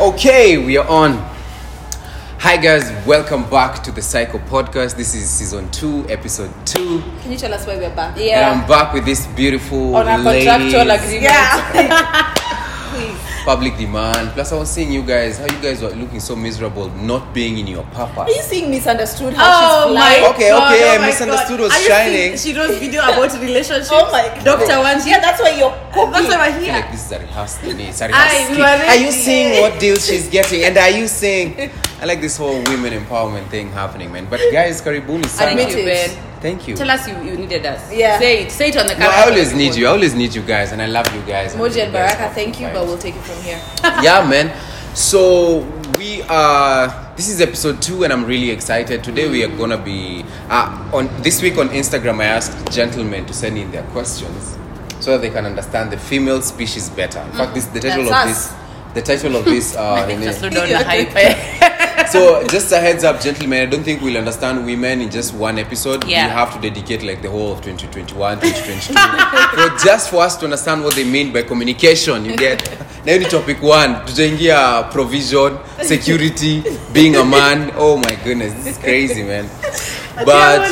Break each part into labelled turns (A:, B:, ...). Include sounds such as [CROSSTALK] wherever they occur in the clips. A: Okay, we are on. Hi, guys, welcome back to the Psycho Podcast. This is season two, episode two.
B: Can you tell us why we're back?
A: And I'm back with this beautiful
B: On a contractual
A: ladies,
B: agreement.
C: Yeah.
A: public demand. Plus, I was seeing you guys, how you guys were looking so miserable not being in your papa.
B: Are you seeing misunderstood how
C: Oh
B: she's
C: my
B: flying?
A: Okay,
C: god.
A: okay,
C: oh my
A: misunderstood
C: god.
A: was
C: Are you
A: shining.
C: seeing- She knows video about relationships.
B: Oh my God.
C: Doctor Wanji.
B: Yeah, that's why you're
C: that's
B: copying.
C: why we're
A: I feel
C: here.
A: like this is a rehearsal. It's a
C: Aye,
A: rehearsal.
C: we were
A: Are you
C: ready.
A: seeing what deal she's getting? And are you seeing? I like this whole women empowerment thing happening, man. But guys, Karibuni, sana.
B: Admit
C: Thank
B: it.
C: you, Ben.
A: Thank you.
C: Tell us you, you needed us.
B: Yeah.
C: Say it. Say it on the
A: No,
C: camera.
A: I always need you. I always need you guys, and I love you guys.
B: Moji and
A: You guys
B: Oh, Baraka,
A: have
B: thank you,
A: good
B: but
A: vibes.
B: we'll take it from here.
A: yeah, man. So we are. This is episode two, and I'm really excited. Today we are gonna be uh, on this week on Instagram. I asked gentlemen to send in their questions so that they can understand the female species better. In fact, this the title
B: Mm-hmm. That's
A: of
B: us.
A: this. The title of
C: [LAUGHS]
A: this. Uh,
C: I think
A: Renee-
B: [LAUGHS]
C: just slow down the hype.
A: so just a heads up gentlemen i don't think we'll understand women in just one episode
C: Yeah.
A: we have to dedicate like the whole of 2021 [LAUGHS] 2022 for just for us to understand what they mean by communication you get now ni topic one tutaingia provision security being a man oh my goodness this is crazy man but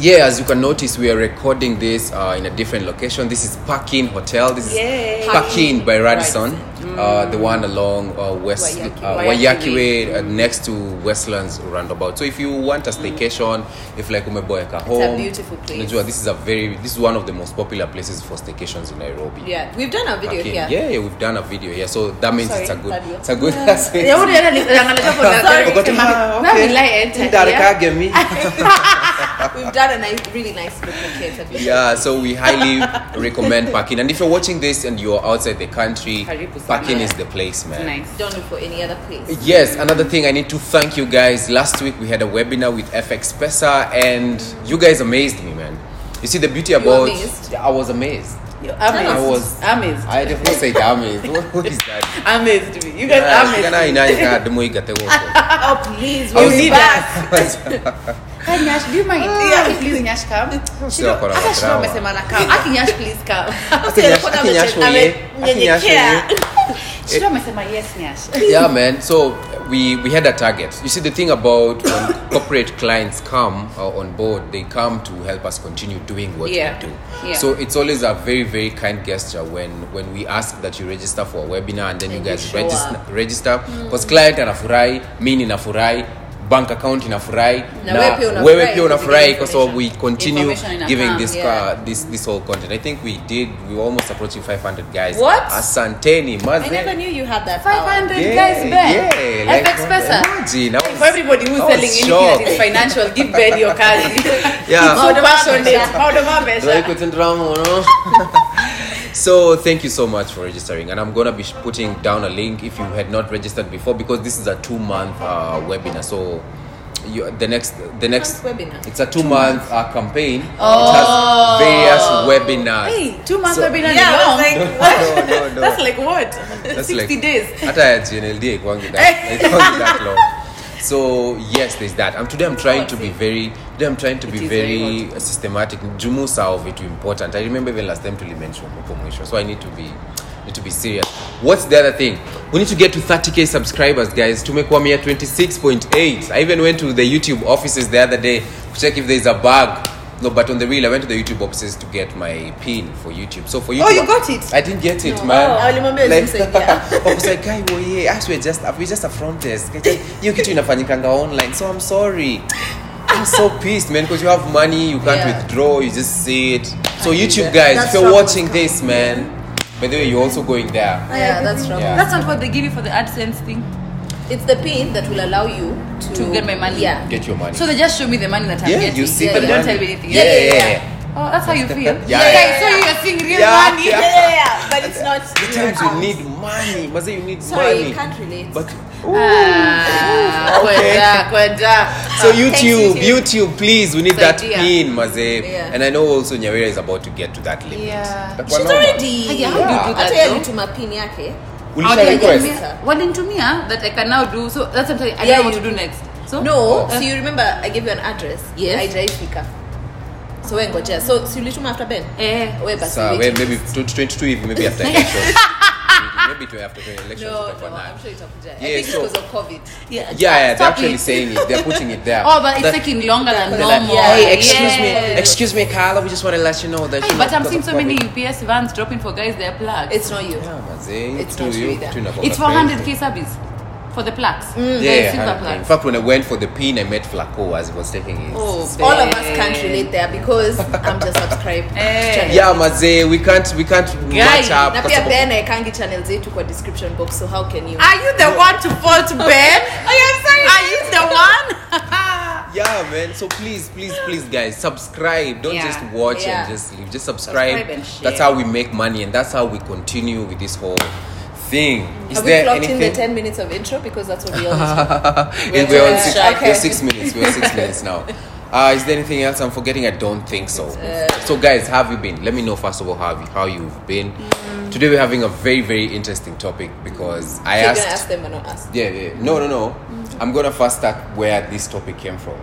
A: yeah as you can notice we are recording this uh, in a different location this is Parkin hotel this is
C: Yay.
A: Parkin by radisson uh, the one along uh, west
B: Waiyaki-
A: uh,
C: Waiyaki
A: Waiyaki way uh, next to westlands roundabout so if you want a staycation if like umeboeka home
B: beautiful place.
A: unajua this is a very this is one of the most popular places for staycations in nairobi
B: Yeah, we've done our video
A: Parkin.
B: here.
A: yeah yeah we've done a video here so that means
B: Sorry,
A: it's a good
B: that video.
A: it's a
B: [LAUGHS]
A: good [LAUGHS]
C: Yeah, what do you know? Angalia for the-
B: Sorry.
A: Forgotten. Ah,
C: Now
A: okay.
C: will I enter
A: Ndarikage
C: here?
B: [LAUGHS]
A: me.
B: [LAUGHS] We've done a nice, really nice looking theater video.
A: yeah so we highly recommend parking and if you're watching this and you're outside the country
C: Karibu sana.
A: parking is the place man
C: Nice.
B: Don't look for any other place.
A: yes another thing i need to thank you guys last week we had a webinar with fx pesa and you guys amazed me man you see the beauty
B: were
A: about
B: amazed?
A: i was amazed
C: Amazed.
A: I was-
C: amazed.
A: i of course said amazed what, what is that
C: amazed me. You guys
A: Yeah,
C: amazed.
A: shikana inaika, demo ikate woko.
B: Oh, please,
A: I
B: we'll
A: was-
B: be back.
A: [LAUGHS]
C: Hi, Nyash, do you mind? Yeah, please Nyash come. She
A: Ah, Sio kwa
C: don't- Hata Shiro
A: drama.
C: amesema na come. Aki Nyash please
A: [LAUGHS]
C: come.
A: Aki Nyash- Aki Nyash oye. Aki Nyash oye.
C: [LAUGHS] Shiro amesema yes Nyash.
A: [LAUGHS] yeah man so we we had a target you see the thing about when
B: [COUGHS]
A: corporate clients come uh, on board they come to help us continue doing what
C: Yeah.
A: we do
C: Yeah.
A: so it's always a very very kind gesture when when we ask that you register for a webinar and then you
B: And
A: guys
B: you show Hmm.
A: register register because client anafurahi mi ninafurahi bank account inafurahi
B: Na wewe
A: wewe pia
B: pia unafurahi because you get
A: unafurahi kwa sababu we
C: information.
A: continue
C: Information ina
A: giving
C: come,
A: this
B: yeah.
A: car this this whole content i think we did we were almost approaching 500 guys
B: What?
A: asanteni
B: I
A: maze
B: never knew you had that power.
C: 500 guys Ben.
A: yeah, Oh, like,
C: FX Pesa.
A: Imagine, I
C: For
A: was,
C: everybody who's
A: I was
C: selling anything that is financial, give Ben your card.
A: [LAUGHS]
C: [LAUGHS]
A: Yeah.
C: So passionate.
B: Measure.
C: How do I
A: Like
C: measure?
A: with drama, no?
C: [LAUGHS]
A: so thank you so much for registering, and I'm gonna be sh- putting down a link if you had not registered before because this is a two month uh, webinar. So you, the next the next
B: Month webinar?
A: it's a two month uh, campaign. Oh. It has various webinars.
C: Hey, two months
A: So-
C: have been
B: Yeah, I was
C: long.
B: like, [LAUGHS]
A: No, no, no.
C: [LAUGHS] That's like what?
A: That's
C: 60
A: like-
C: days.
A: hata ya GNLD haikuangi that- haikuangi that long. so yes there's that um, today i'm trying to be very today i'm trying to be
C: is
A: very
C: very
A: systematic jumu sao vitu important i remember even last time tulimention huko mwisho so i need to be need to be serious what's the other thing we need to get to 30k subscribers guys tumekuwa 126.8 i even went to the youtube offices the other day to check if there's a bug no but on the real i went to the youtube offices to get my pin for youtube so for youtube
C: Oh, you got it?
A: i didn't get it man
B: Oh, ulimwambia usimsaidie.
A: I was like, guy, well, yeah, actually, we're just we're just a front desk. You kitu inafanyikanga online, so I'm sorry. I'm so pissed, man, because you have money, you can't
B: Yeah.
A: withdraw, you just see it. So
C: do
A: YouTube
C: that.
A: guys,
B: That's
A: if you're
B: how it was
A: watching this, man, by the way, you're also going there.
B: Yeah, that's wrong.
A: Yeah.
C: That's not what they give you for the AdSense thing
B: It's the pin that will allow you to,
C: to get my money.
B: Yeah.
A: Get your money.
C: So they just show me the money that I'm
A: yeah,
C: getting.
A: you see
B: yeah,
A: the
C: but
A: money.
C: don't tell me anything.
A: Yeah, yeah, yeah.
C: Oh, that's how you feel.
A: [LAUGHS] Yeah, yeah.
C: So you are seeing real
A: Yeah,
C: money.
A: yeah.
B: yeah, yeah, but it's not.
A: The times you need money, Maze, you need
B: Sorry,
A: money.
B: you can't relate.
A: But
C: Ah, kwenda, kwenda.
A: so
B: Thanks,
A: YouTube,
B: YouTube.
A: YouTube, please, we need
C: Good
A: that
C: idea.
A: pin, Maze.
B: Yeah.
A: And I know also Nyawera is about to get to that limit.
C: Yeah.
A: Itakuwa
B: She's
A: normal.
B: already.
C: Hey, how do you do
A: Yeah.
C: that,
B: Hata yeye
C: though?
B: alituma pin yake.
A: Ulisha
C: Okay,
A: request?
C: yeah, yeah. Walinitumia that I can now do. So that's what I'm telling you. I
B: Yeah,
C: don't know what
B: you-
C: to do next. So
B: no
C: Uh,
B: so you remember i gave you an address
C: Yes.
B: haijaifika so we ngojea so si ulituma after ben
C: Eh.
B: we basi
A: Sir,
B: wait.
C: [LAUGHS]
A: wait, maybe 2022 hivi maybe after election. maybe to after the elections
B: No,
A: tutakuwa
B: no,
A: nayo.
B: I'm sure itakuja. I
A: Yeah,
B: think
A: so-
B: because of COVID.
A: yeah, yeah they're actually saying it they're putting it there
C: [LAUGHS] Oh, but it's
A: That-
C: taking longer than
A: they're like, "Oh,
C: normal.
A: hey excuse
C: Yes.
A: me excuse me carla we just want to let you know that you
C: Hey,
A: know,
C: but I'm
A: because
C: seeing
A: of
C: so many
A: COVID."
C: UPS vans dropping for guys their plugs.
B: It's not you.
A: Yeah, mazee,
B: It's
A: to
B: not
A: you,
B: either.
A: to inakuwa
C: it's for
A: crazy.
C: 100k service for the plugs. The
A: Yeah, yeah,
C: silver
A: 100. In
C: plugs.
A: fact, when I went for the pin, I met Flaco as he was taking his.
C: Oh,
B: All of us
C: babe.
B: can't relate there because I'm just subscribed.
C: Eh.
B: to channel.
A: Yeah, mazee, we can't we can't match up.
B: na
A: kwa
B: pia
A: sababu-
B: ben aekangi channel zetu kwa description box so how can you
A: Ah,
C: Are you the one to fall [LAUGHS] to bed? I am Oh, sorry. Are you the one?
A: Yeah, man. So please, please, please, guys, subscribe. Don't
C: Yeah.
A: just watch
B: Yeah.
A: and just leave. Just subscribe.
B: Subscribe and share.
A: that's how we make money, and that's how we continue with this whole thing. Is
B: Have we
A: there
B: clocked in the
A: anything?
B: 10 minutes of intro because that's what
A: [LAUGHS]
B: we always
A: And we're on
B: Yeah.
A: six.
B: Okay.
A: We're six minutes. We're
B: [LAUGHS]
A: six minutes now. Uh, is there anything else I'm forgetting? I don't think so. so, guys, how have you been? Let me know first of all how, you, how you've been.
B: Mm.
A: Today we're having a very very interesting topic because I
B: You're
A: asked
B: gonna ask Mm. them and not us.
A: yeah, yeah. No, no, no. I'm gonna first start where this topic came from.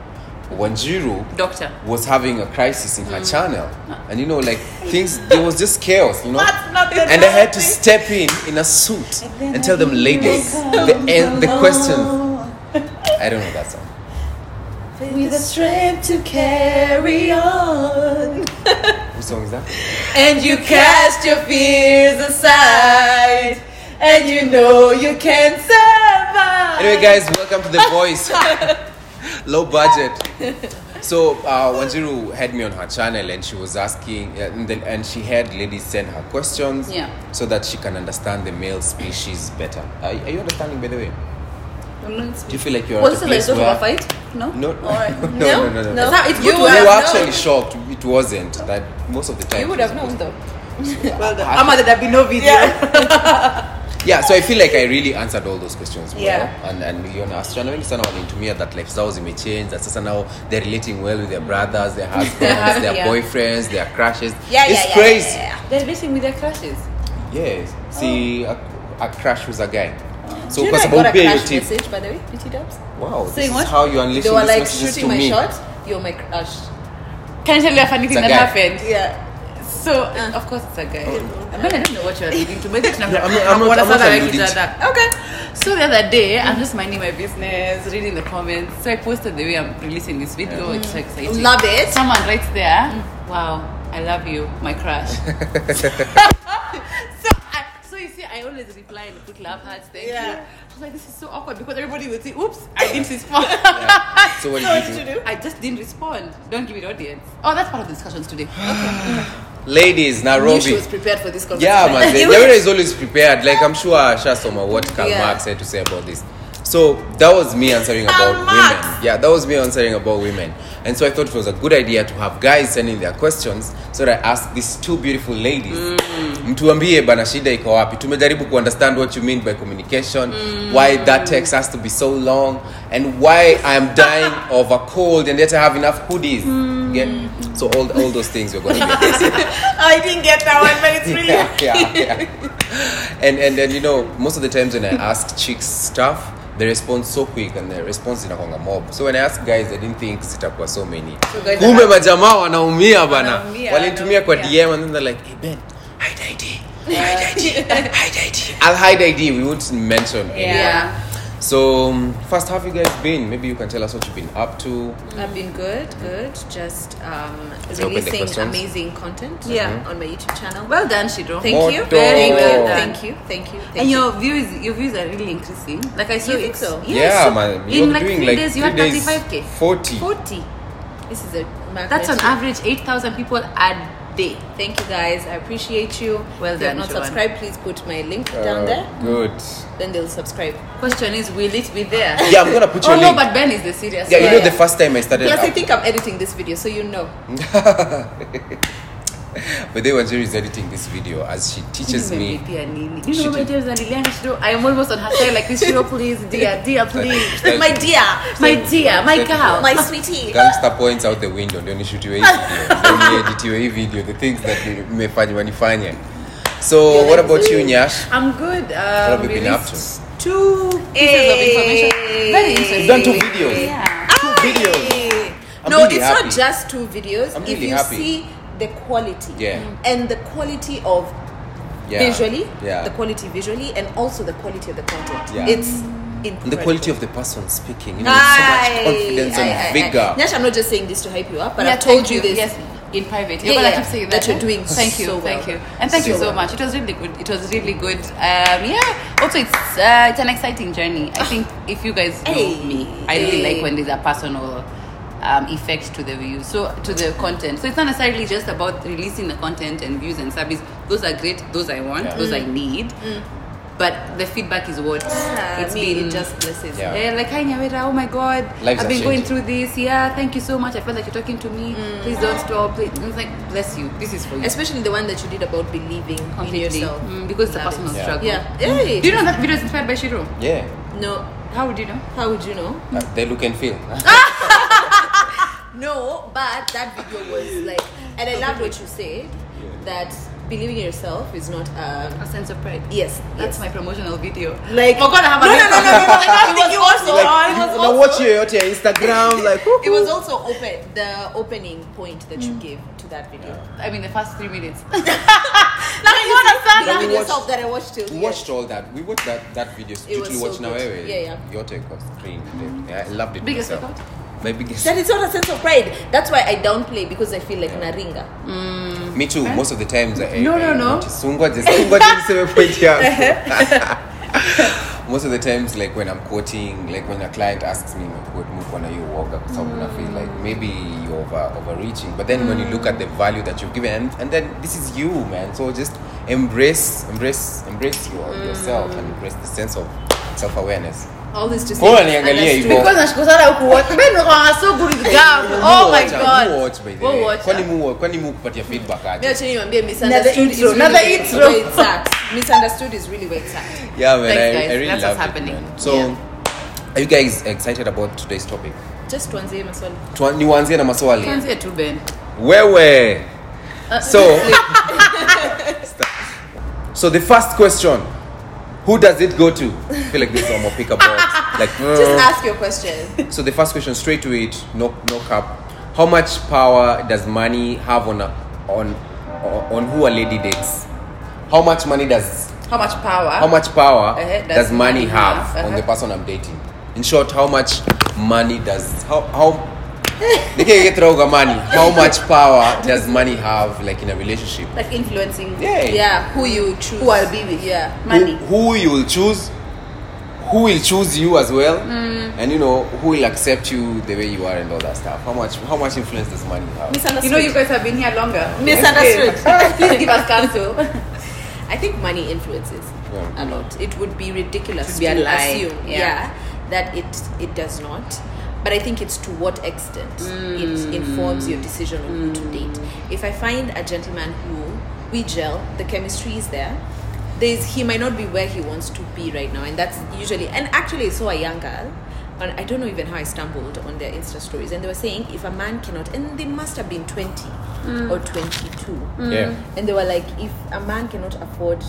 A: Wanjiru
C: Doctor.
A: was having a crisis in her
C: Mm.
A: channel, and you know, like things there was just chaos, you know.
C: That's not the
A: and I had to step in in a suit and tell them, ladies, the end, the question. I don't know that song.
B: With the strength to carry on.
A: Which song is that?
B: And you cast your fears aside. And you know you can survive.
A: Anyway, guys, welcome to the
C: [LAUGHS]
A: voice. Low budget. So uh, Wanjiru had me on her channel, and she was asking, uh, and, then, and she had ladies send her questions,
C: Yeah.
A: so that she can understand the male species better. Are, are you understanding, by the way? Do you feel like you're
B: Was
A: at a
B: it like
A: place
B: sort of
A: where
B: a fight?
C: No.
A: No, [LAUGHS]
B: Alright.
A: no, no, no, no.
B: No? No. It's good
A: You,
B: to
A: were
B: have known.
A: actually shocked. It wasn't that most of the time.
B: You would have known though.
A: Well done.
C: Ama, there'd be no video.
A: yeah so i feel like i really answered all those questions well.
B: Yeah.
A: and and niliona wasichana wengi sana walitumia that life zao zimechange that sasa now they're relating well with their brothers
B: [LAUGHS]
A: their husbands their
C: Yeah.
A: boyfriends their crushes
B: Yeah,
A: it's
B: yeah, yeah,
A: crazy
B: yeah,
C: They're racing with their crushes.
A: yes see a, a crush was a guy so
B: Oh. Do you
A: kwa
B: know I
A: sababu
B: got a
A: pia hiyo
B: crash
A: tip
B: message by the way, BT Dubs?
A: wow this
C: Saying
A: is
C: what?
A: how you unleash
B: They were
A: these
B: like
A: messages
B: shooting
A: to
B: my
A: me
B: shot. You're my crush.
C: Can I tell you a funny thing
A: It's a
C: that
A: guy.
C: happened?
B: Yeah.
C: So, of course, it's a guy. But I don't know what you're reading to. Maybe it's not.
A: Yeah, I'm not- I'm not-
C: What
A: I'm
C: are
A: not
C: some
A: alluding
C: like
A: to-
C: that? Okay. So the other day, I'm just minding my business, reading the comments. So I posted the way I'm releasing this video. It's so exciting.
B: Love it.
C: Someone writes there,
A: Mm.
C: "Wow, I love you, my crush."
A: [LAUGHS]
C: [LAUGHS] so, I, so you see, I always reply and put love hearts. Thank
B: Yeah.
C: you. I was like, this is so awkward because everybody would say, "Oops, I didn't respond."
A: Yeah.
B: [LAUGHS]
A: so what did you do
C: [LAUGHS] I just didn't respond. Don't give it audience. Oh, that's part of the discussions today.
A: ladies
B: Knew she
A: nairobi
B: was prepared for this conversation.
A: yeah
C: [LAUGHS]
A: man Nyawira is always prepared like i'm sure shasoma what karl
B: Yeah.
A: marx had to say about this so that was me answering
C: Karl
A: about
C: Marx.
A: women yeah that was me answering about women and so i thought it was a good idea to have guys sending their questions so that i ask these two beautiful ladies mtuambie bana shida iko wapi tumejaribu kuunderstand what you mean by communication why that text has to be so long and why i'm dying of a cold and yet i have enough hoodies yeah? so all, all those things we're going to be
B: I didn't get that one, but it's
A: [LAUGHS]
B: really
A: yeah, yeah, yeah. and and then you know most of the times when i ask chicks stuff they respond so quick and the response inakwanga mob so when i ask guys i didn't think zitakuwa so many
B: guys
A: kumbe majamaa wanaumia bana
C: Wanaumia,
A: walinitumia kwa
C: wanaumia.
A: dm and then they're like hey ben hide id
C: [LAUGHS]
A: hide id hide id i'll hide id we won't mention any.
C: Yeah.
A: so um, first how have you guys been maybe you can tell us what you've been up to
B: I've been good, good. Just um,
A: Let's open the
B: releasing
A: questions.
B: amazing content
C: Yeah.
B: Mhm. on my YouTube channel.
C: Well done, Shidro.
B: Thank you.
A: Moto. Very well done.
B: Thank you. Thank you. Thank
C: and
B: you.
C: your views, your views are really increasing. Like I saw
B: You think
C: it.
B: so?
A: yeah man
C: In
A: you're
C: like
A: doing
C: three
A: like
C: days, you
A: three
C: had
A: days,
C: 35k.
A: 40
C: 40.
B: This is a magnet.
C: That's on average 8,000 people a day.
B: Thank you guys. I appreciate you.
C: Well
B: if you're
C: done,
B: not
C: Joanne.
B: subscribed, please put my link
A: Uh,
B: down there.
A: good
B: Then they'll subscribe.
C: Question is, will it be
A: [LAUGHS]
C: there?
A: Yeah, I'm gonna put
C: [LAUGHS] oh
A: your
C: no,
A: link.
C: but Ben is the serious
A: yeah, you
C: one.
A: know
B: yeah.
A: the first time I started.
B: Plus, I
A: up-
B: think I'm editing this video, so you know.
A: But then Wanjiru is editing this video as she teaches me.
C: Nimelipia nini? You know
A: She
C: my
A: did.
C: dear Zaniliana Shiro, I am almost on her side like this Shiro, please, dear, dear,
A: [LAUGHS]
C: please.
A: Thank
B: [LAUGHS] my
A: you.
B: dear,
C: My dear, my girl.
B: my [LAUGHS] sweetie.
A: Gangster points out the window, ndio
B: [LAUGHS]
A: nishutiwe hii video, ndio nieditiwe hii video, the things that ni- mmefanywa nifanye. So what about you, Nyash?
C: I'm good. Um,
A: have you been up to?
C: released Two pieces
B: Hey.
C: of information. Very interesting.
A: You've done two videos.
C: Yeah.
A: Two videos.
B: Hey.
A: I'm
B: no,
A: really
B: it's
A: happy.
B: not just two videos.
A: I'm
B: if
A: really
B: you
A: happy.
B: see the quality
A: Yeah.
B: and the quality of
A: Yeah.
B: visually,
A: Yeah.
B: the quality visually, and also the quality of the content.
A: Yeah.
B: It's
A: And
B: incredible.
A: the quality of the person speaking, you know, so
B: Aye,
A: much confidence
B: aye, aye,
A: and vigor.
B: aye. Nyash, I'm not just saying this to hype you up, but
C: Yeah,
B: I've told
C: thank
B: you, this.
C: Yes, in private.
B: Yeah,
C: Yeah, but I
B: yeah,
C: keep saying
B: that
C: that,
B: you're doing
C: Thank you,
B: so
C: thank
B: well.
C: you, and thank you
B: So
C: so
B: well.
C: much. It was really good. It was really good. Um, yeah. Also, it's uh, it's an exciting journey.
B: [SIGHS]
C: I think if you guys know
B: Hey.
C: me, I really
B: Hey.
C: like when there's a personal. Um, effect to the views, so to the content. So it's not necessarily just about releasing the content and views and service. Those are great. Those I want.
A: Yeah.
C: Those
B: Mm.
C: I need. But the feedback is what
B: Ah,
C: it's
B: me,
C: been
B: it just blesses.
A: Yeah.
B: Yeah.
C: Eh, like hi Nyawera, oh my god,
A: Lives are
C: I've been going
A: changing.
C: through this. Yeah, thank you so much. I feel like you're talking to me. Please don't stop. Please. And It's like bless you. Mm. This is for you.
B: Especially the one that you did about believing in
C: Completely.
B: yourself.
C: Mm, because it's a
B: Love it.
C: personal
A: Yeah.
C: struggle. Mm.
B: Yeah. Hey.
C: Do you know that video is inspired by Shiro?
A: Yeah,
B: No.
C: How would you know?
B: How would you know?
A: uh, they look and feel.
B: Oh, No, but that video was like, and I loved what you said that believing in yourself is not. Um,
C: A sense of pride.
B: yes, yes.
C: That's my promotional video.
B: Like-
C: we're gonna have a
B: No, no,
C: video.
B: no, no, no, no, no, I
C: It
B: think
C: was
B: you also-
C: awesome.
A: [LAUGHS]
B: I
A: Like,
B: was
A: now
B: also-
A: watch your, your Instagram, like,
B: [LAUGHS] It was also open the opening point that you gave to that video.
C: [LAUGHS] I mean, the first three minutes.
B: That's what I
A: Yeah, we
B: Believe in
A: watched-
B: yourself that I watched till.
A: we
B: the
A: watched all that. We watched that, that video.
B: It was
A: Did you
B: so
A: watch now?
B: good.
A: eh?
B: Yeah, yeah.
A: Your take was clean. Yeah, I loved it.
C: Biggest
A: myself. My biggest.
B: That is not a sense of pride. That's why I downplay because I feel like naringa.
A: Me too. Most of the times. I,
C: No,
A: I,
C: no, no.
A: Sungoje, sungoje, niseme point
B: [LAUGHS] Uh-huh.
A: yangu. [LAUGHS] Most of the times, like when I'm quoting, like when a client asks me, "Quote, move on, are you woga?" Because I feel like
B: Mm.
A: maybe you're over, overreaching. But then when you look at the value that you've given, and, and then this is you, man. So just embrace, embrace, embrace your, yourself,
B: Mm.
A: and embrace the sense of self-awareness.
B: All this to say.
A: Mbona niangalie
B: understood.
A: hivyo?
C: Because nashukusana ukuwatch. Ben, we're so good with gab. Oh my god. We'll watch.
A: kwani mu kupatia feedback
B: Mimi
A: aje
B: acheni niwaambie misunderstood is
C: intro,
B: really
C: another
B: where-
C: intro.
B: where it's at. Misunderstood is really where it's at.
A: yeah man
C: Thanks,
A: I,
C: guys.
A: I really
C: That's
A: love it
C: what's happening.
A: man. so are you guys excited about today's topic
B: Just tuanzie maswali.
A: Tuwa- niwaanzie na maswali
C: Tuanzie tu Ben.
A: wewe
C: Uh, [LAUGHS]
A: so so the first question who does it go to I feel like this is normal pick up box like uh,
B: Just ask your question.
A: so the first question straight to it no no cap how much power does money have on a, on on who a lady dates how much money does
C: How much power?
A: how much power
C: Uh-huh,
A: Ah. does, money, have on the
C: Uh-huh.
A: person I'm dating? In short, how much money does how how [LAUGHS] nikiketrauga money? How much power does money have like in a relationship?
B: Like influencing.
A: Yeah.
B: Yeah. Who you choose. Who I'll be with. Yeah.
A: Who, who you will choose? Who will choose you as well?
B: Mm.
A: And you know who will accept you the way you are and all that stuff. How much how much influence does money have?
B: Misunderstood.
C: You know, you guys have been here longer.
B: [LAUGHS] Misunderstood.
C: Please give us counsel.
B: [LAUGHS] I think money influences
A: Yeah.
B: a lot. It would be ridiculous
C: Just
B: to
C: be a lie.
B: assume, yeah.
C: Yeah.
B: that it it does not. But I think it's to what extent it informs your decision on who to date. If I find a gentleman who we gel, the chemistry is there. There's he might not be where he wants to be right now, and that's usually. And actually, I saw a young girl. And I don't know even how I stumbled on their Insta stories, and they were saying if a man cannot, and they must have been twenty or twenty-two,
A: Yeah.
B: and they were like, if a man cannot afford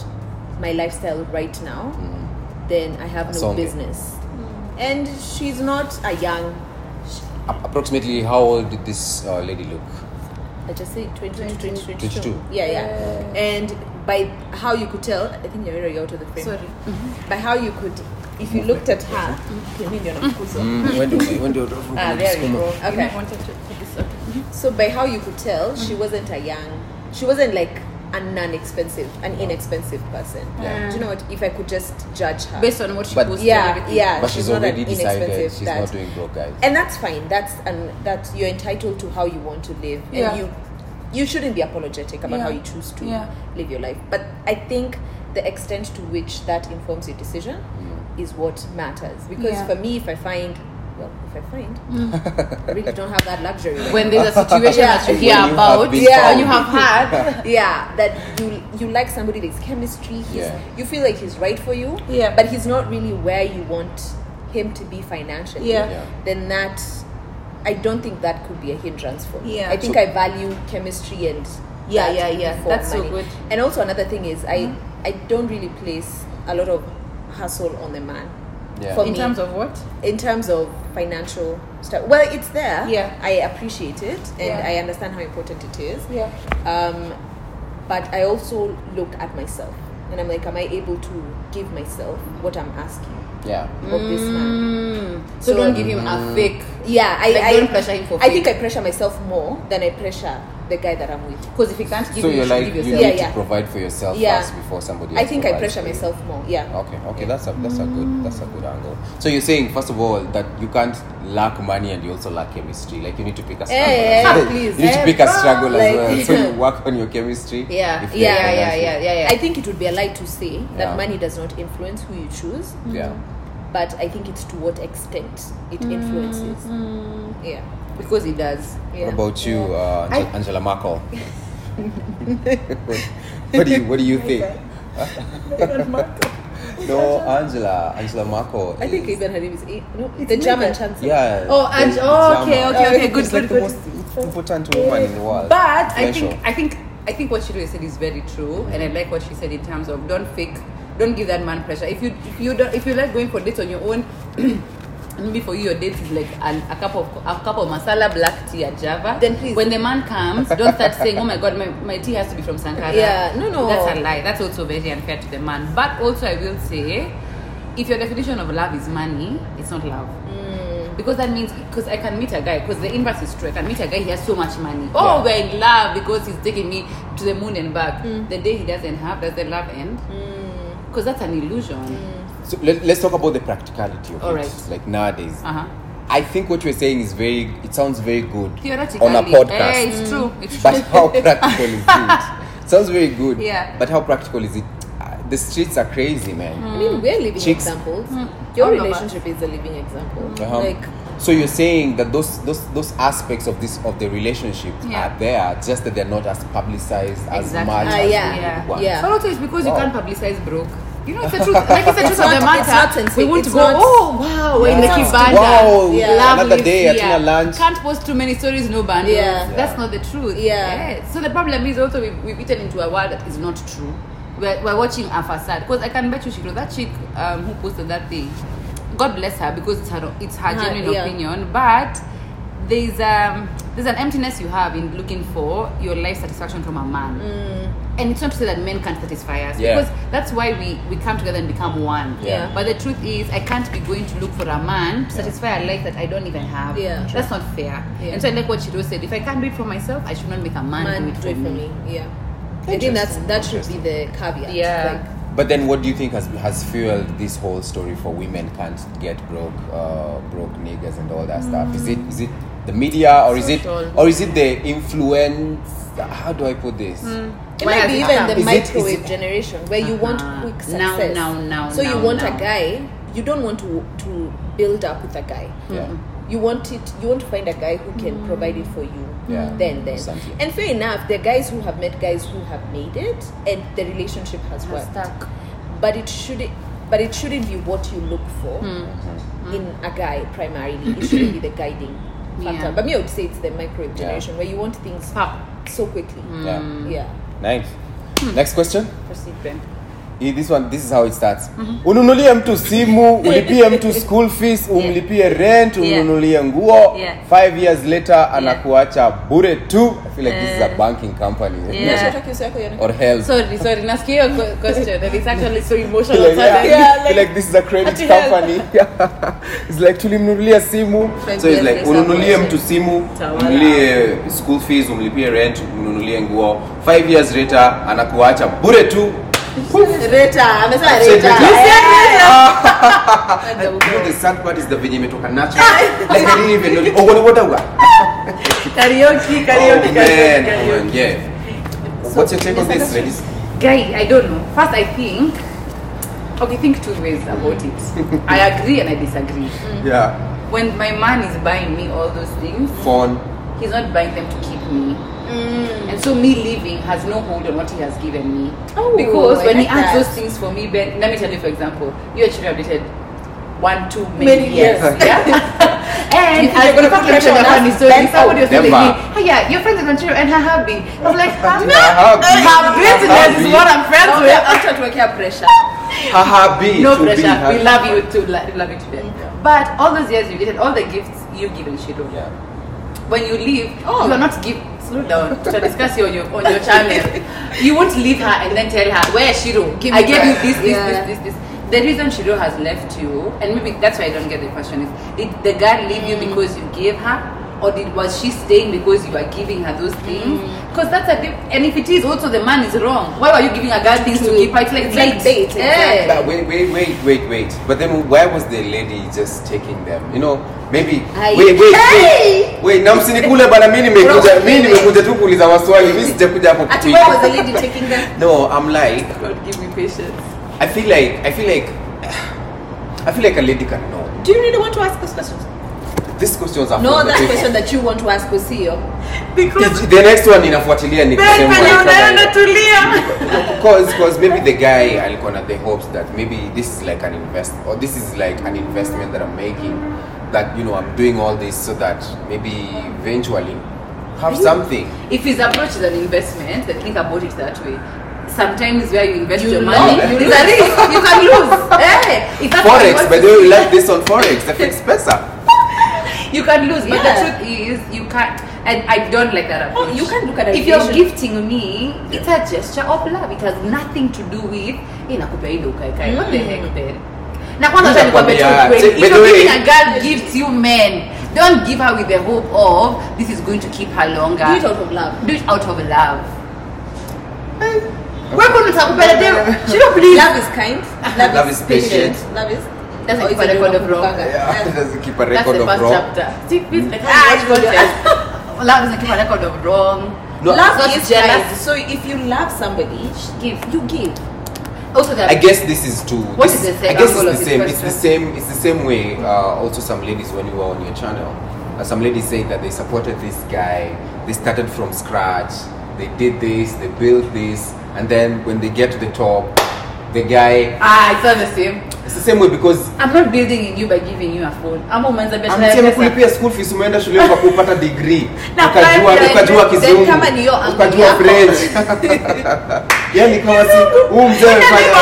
B: my lifestyle right now, then I have no
A: Song.
B: business. And she's not a young,
A: A- approximately how old did this uh, lady look?
B: I just say 20 to 20,
A: 22.
B: Yeah, yeah. And by how you could tell, I think you're already out of the frame.
C: Sorry.
B: By how you could, if you looked at her, Okay, mimi ndio nakukuza.
A: Mm. when do when do
B: ah, there you go.
C: Mm.
B: Okay.
C: Okay.
B: So by how you could tell, she wasn't a young, she wasn't like an non-expensive, an inexpensive person.
A: Yeah.
B: Do you know what? If I could just judge her
C: Based on what she
A: But-
C: posted.
B: yeah
C: everything.
B: yeah
A: But she's
B: not an
A: already decided
B: inexpensive
A: she's
B: that.
A: not doing broke, guys.
B: and that's fine that's and that you're entitled to how you want to live
C: Yeah.
B: and you you shouldn't be apologetic about
C: Yeah.
B: how you choose to
C: Yeah.
B: live your life but i think the extent to which that informs your decision is what matters because
C: Yeah. Mm.
B: for me if i find well if i find i really don't have that luxury right
C: When there's a situation
B: Yeah.
C: that you hear
A: [LAUGHS] When you have
C: about,
A: been
B: Yeah.
C: or you have
A: [LAUGHS]
C: had,
B: [LAUGHS] yeah that you you like somebody there's chemistry he's,
A: Yeah.
B: you feel like he's right for you
C: Yeah.
B: but he's not really where you want him to be financially
C: Yeah.
A: Yeah.
B: then that i don't think that could be a hindrance for me
C: Yeah.
B: i think
A: So-
B: i value chemistry and
C: Yeah,
B: that
C: yeah, yeah.
B: before
C: That's so
B: money.
C: good. Mm-hmm.
B: and also another thing is i i don't really place a lot of hassle on the man
A: Yeah.
B: For
C: in
B: me
C: terms of what?
B: in terms of financial stuff well it's there
C: Yeah.
B: i appreciate it and
C: Yeah.
B: i understand how important it is
C: Yeah.
B: um, but i also look at myself and I'm like, am I able to give myself what I'm asking
A: yeah
B: of this man?
C: Mm. So, don't give him a fake.
B: Yeah, I,
C: Like,
B: I
C: don't pressure him for
B: I think I
C: fake.
B: pressure myself more than I pressure the guy that I'm with.
C: Because if you can't give
A: so
C: him,
A: you're
C: you
A: like
C: should
A: you
C: give
A: need
C: yourself.
B: Yeah,
A: to
B: yeah.
A: provide for yourself
B: Yeah.
A: first before somebody else
B: I think I
A: provides
B: pressure
A: for you.
B: myself more.
C: Oh.
B: Yeah.
A: okay okay that's a that's a good that's a good angle so you're saying first of all that you can't lack money and you also lack chemistry like you need to pick a struggle
B: Eh,
A: as
B: eh,
A: well.
B: please,
A: you need to
B: eh,
A: pick a
B: bro,
A: struggle as
B: like-
A: well [LAUGHS] so you work on your chemistry
C: Yeah.
A: if you're
C: Yeah, yeah, yeah,
A: financially-
C: yeah, yeah, yeah.
B: I think it would be a lie to say that
A: Yeah.
B: money does not influence who you choose,
A: yeah
C: Mm-hmm.
B: but I think it's to what extent it
C: Mm,
B: influences. Yeah.
C: because he does.
B: Yeah.
A: What about you, uh, Ange-
C: I-
A: Angela
C: [LAUGHS]
A: Merkel? [LAUGHS] what do you What do
C: [LAUGHS]
A: you think? [LAUGHS] no, Angela. Angela Merkel.
B: I think
A: is-
B: even her name is eh, no, the German chancellor.
A: yeah.
C: Oh,
A: the-
C: Ange-
A: the
C: oh, okay,
A: German.
C: okay, okay,
A: She's
C: good,
A: like the
C: good, good.
A: most important woman in the world.
C: But I
A: Special.
C: think I think I think what Shiru said is very true, and I like what she said in terms of don't fake, don't give that man pressure. If you if you don't, if you like going for dates on your own, [CLEARS THROAT] maybe for you your date is like an, a cup of a cup of masala black tea at Java.
B: Then please-
C: when the man comes, don't start saying, "Oh my God, my, my tea has to be from Sankara."
B: Yeah, no, no.
C: that's a lie. That's also very unfair to the man. But also, I will say, if your definition of love is money, it's not love. Because that means because I can meet a guy because the inverse is true. I can meet a guy he has so much money. Oh,
A: Yeah.
C: we're in love because he's taking me to the moon and back. The day he doesn't have, does the love end? Because that's an illusion.
A: so let, let's talk about the practicality of
C: All
A: it.
C: right.
A: Like nowadays,
C: Uh huh.
A: I think what you're saying is very. It sounds very good
C: Theoretically,
A: on a podcast.
C: Eh, it's true. It's
A: [LAUGHS] but
C: true.
A: how practical is
C: [LAUGHS]
A: it? Sounds very good.
C: Yeah.
A: But how practical is it? Uh, The streets are crazy, man.
B: I mean, we're living
A: Chicks.
B: examples.
C: All
B: Your
C: of us.
B: relationship is a living example.
C: Hmm.
A: Uh-huh.
B: Like,
A: so you're saying that those those those aspects of this of the relationship
C: Yeah.
A: are there, just that they're not as publicized as
C: Exactly.
A: much.
C: Ah,
A: as
B: yeah.
A: we
C: Yeah.
A: would want.
B: Yeah.
C: But also, it's because
A: Wow.
C: you can't publicize broke. You know,
B: [LAUGHS]
C: it's the truth. Like it's the truth
B: It's
C: of the
B: not- it's not
C: matter.
B: sensitive.
C: we won't
B: It's
C: go.
B: not-
C: oh wow, we're in the
A: Yeah.
C: kibanda.
A: Wow,
B: Yeah.
A: another day,
C: Lovely
A: hatuna
C: here.
A: lunch.
C: Can't post too many stories, no bundles.
B: Yeah.
C: That's
A: Yeah.
C: not the truth.
B: Yeah.
C: Eh, So the problem is also we've, we've eaten into a world that is not true. We're, we're watching a facade because I can bet you, Shiro, that chick um, who posted that thing. God bless her because it's her it's her
B: Her-
C: genuine
B: yeah.
C: opinion, but there's um there's an emptiness you have in looking for your life satisfaction from a man and it's not to say that men can't satisfy us
A: Yeah.
C: because that's why we, we come together and become one
A: Yeah.
C: but the truth is i can't be going to look for a man to satisfy a life that i don't even have
B: Yeah. True.
C: that's not fair
B: Yeah.
C: and so I like what Shiro said if i can't do it for myself i should not make a man,
B: man,
C: do it
B: do
C: for
B: it for
C: me
B: me. Yeah. I think that's that should be the caveat.
C: Yeah.
B: Like,
A: But then, what do you think has has fueled this whole story for women can't get broke, uh, broke niggas and all that stuff? Is it is it the media or is it
C: Social.
A: or is it the influence? How do I put this?
B: It
C: Mm. Why
B: might
C: has
B: be
C: it
B: even
C: come?
B: the
A: Is it- is
B: microwave
A: it-
B: generation where you want
C: Uh-huh.
B: quick
C: Now,
B: success.
C: now, now,
B: so you
C: now,
B: want
C: now.
B: a guy. You don't want to to build up with a guy.
A: Yeah.
B: You want it. You want to find a guy who can provide it for you.
A: Yeah.
B: Then, then,
A: Something.
B: and fair enough. There are guys who have met guys who have made it, and the relationship has
C: Has
B: worked.
C: stuck.
B: But it shouldn't. But it shouldn't be what you look for
A: Mm,
C: Mm-hmm.
B: in a guy primarily. It shouldn't be the guiding factor.
C: Yeah.
B: But me, I would say it's the microwave
A: Yeah.
B: generation where you want things
C: Pop.
B: so quickly.
A: Yeah.
B: Yeah.
A: Nice.
C: Hmm.
A: Next question.
C: Proceed, Ben.
A: Hii, this one this is how it starts
C: Mm-hmm.
A: ununulie mtu simu ulipie
C: [LAUGHS]
A: mtu school fees umlipie rent umnunulie nguo
C: Yeah.
A: five years later anakuacha bure tu i feel like this is a banking company
C: Eh. Yeah.
B: Unashataki uso yako
A: [LAUGHS]
B: ionekane.
A: or help
C: sorry sorry nasikia your que- question and it's actually so emotional
A: like, yeah,
C: suddenly.
A: yeah, like, this is a credit
C: Ati help.
A: company [LAUGHS] it's like tulimnunulia simu
C: Five
A: so it's
C: years
A: like
C: later,
A: ununulie
C: amazing.
A: mtu simu
C: Tawala.
A: umnunulie school fees umlipie rent umnunulie nguo five years later anakuacha bure tu
B: Reta, amesema
A: Said
B: Reta.
A: Reta.
B: And the
A: You know the sad part is the venye imetoka natural
C: Ah.
A: like I didn't even know oh what what what
C: karaoke
A: oh man
C: karaoke karaoke,
A: oh man
C: karaoke
A: yeah what's your take on this ladies
C: guy i don't know first i think okay think two ways about
A: [LAUGHS]
C: it i agree and i disagree
A: yeah
C: when my man is buying me all those things
A: phone
C: he's not buying them to keep me and so me leaving has no hold on what he has given me
B: Oh,
C: because
B: I
C: when he
B: like
C: asks
B: that.
C: those things for me ben let me tell you for example you and children have dated one too many,
B: Many
A: [LAUGHS]
C: years,
B: years.
C: yeah and
B: You think you're
C: as
B: gonna
C: in fact
B: put
C: I
B: pressure
C: told
B: on
C: a funny
B: us?
C: story
B: Never.
C: somebody was telling
A: Never.
C: me hey yeah your friend is on and her hubby I was like her
A: hubby.
C: her business
A: Hubby.
C: is what I'm friends
B: Now we
C: with
B: are out at work here pressure.
A: haha b
C: no
A: to be
C: pressure.
A: happy.
C: We love you too. Lo- we love you to death. But all those years you dated, all the gifts you've given Shido.
A: yeah
B: [LAUGHS]
C: When you leave, oh. you are not give. Slow down. to discuss you on your on your channel. you won't leave her and then tell her, where Shiro?
B: Give
C: I
B: me
C: gave you
B: back."
C: this, this,
B: Yeah.
C: this, this, this. The reason Shiro has left you, and maybe that's why I don't get the question, is did the girl leave you
B: Mm.
C: because you gave her? Or did was she staying because you are giving her those things?
B: Mm.
C: Because that's a diff- and if it is also the man is wrong. Why were you giving a girl things to
B: True.
C: keep her? It's like
B: It's like bait,
C: Yeah.
B: exactly.
A: But wait, wait, wait, wait, wait. But then why was the lady just taking them? You know, maybe.
B: Aye.
A: Wait, wait,
B: Hey!
A: wait. Wait, na msinikule bana mimi nimekuja
B: Bro,
A: mimi nimekuja tu kuuliza maswali. Mimi sijakuja hapo
B: At
A: kupiga.
B: where was the lady taking [LAUGHS] them?
A: No, I'm like
C: God give me patience.
A: I feel like I feel like I feel like a lady can know.
B: Do you really want to ask those questions?
A: These questions are
B: No,
A: from the
B: that
A: people.
B: question that you want to ask Osio.
C: Because
A: the next one inafuatilia ni
C: Bella
A: kusema
C: Panya
A: kama-
C: unaenda tulia.
A: because because maybe the guy alikuwa na the hopes that maybe this is like an invest or this is like an investment that I'm making that you know I'm doing all this so that maybe eventually have
C: [LAUGHS]
A: something
C: if his approach is an investment, then think about it that way. Sometimes where you invest
B: You
C: your
B: lose.
C: money,
B: You
C: it's
B: lose.
C: a risk. You can
B: [LAUGHS]
C: lose. Eh? hey, if that's what you
A: forex
C: want
A: by
C: to
A: the way
C: do,
A: we learned this on forex the fixed pesa
C: [LAUGHS] you can lose. But
B: Yeah. Oh,
C: the truth is, you can't. And I don't like that approach.
B: You can't look at a
C: If you're
B: relationship-
C: gifting me, it's a gesture of love. It has nothing to do with inakupea ile ukaekae. What the heck,
B: Mm.
C: Ben? Na kwanza acha nikwambie tu
A: Nitakwambia,
C: ukweli.
A: take-
C: If
A: by the
C: you're
A: way-
C: giving a girl gifts, you men don't give her with the hope of this is going to keep her longer.
B: Do it out of love.
C: do it out of love Eh, wewe nitakupenda tena shiro please
B: Love is kind. Love,
A: Love
B: is
A: is patient.
B: Love is.
C: That's
B: Oh,
C: like
B: is
C: for
B: it
C: record
B: wrong?
C: of wrong.
A: yeah [LAUGHS] doesn't keep a
C: that's
A: record
C: the
A: of
C: first
A: wrong
C: chapter see please I
B: Ah,
C: can't watch
B: it's good.
C: content. Mm-hmm. [LAUGHS] love is like keep a record of wrong
A: No,
B: love
C: Not
B: is
C: jealous.
B: kind. So if you love somebody,
C: [LAUGHS]
B: give. You give.
C: also there
A: I
C: are
A: guess this is too.
C: What
A: this
C: is the
A: I
C: second
A: guess
C: goal
A: it's
C: of
A: the
C: this
A: same. It's the
C: question?
A: same. It's the same way. Uh, also, some ladies when you were on your channel, uh, some ladies saying that they supported this guy. They started from scratch. They did this. They built this, and then when they get to the top, the guy.
C: ah it's not the same
A: It's the same way because.
C: I'm not building in you by giving you a phone ama umeanza biashara ya
A: amsema
C: pesa
A: kulipia school fees umeenda shule ukakupata degree
C: Na
A: ukajua
C: private,
A: ukajua
B: then
A: kizungu
B: kama ni hiyo angle
A: ukajua
B: yako.
A: french [LAUGHS] yani kama si huu mzee amefanya-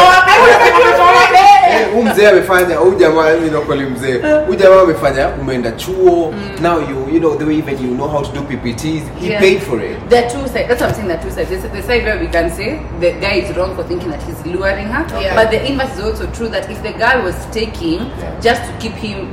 A: [LAUGHS] Eh, huu mzee amefanya huu jamaa mimi nakweli mzee huu jamaa amefanya umeenda chuo now you you know the way even you know how to do ppts he
C: Yeah.
A: paid for it
C: There are two sides. That's what I'm saying. There are two sides. There's the side where we can say the guy is wrong for thinking that he's luring her,
B: Yeah.
C: but the inverse is also true. That if the guy was taking
A: Yeah.
C: just to keep him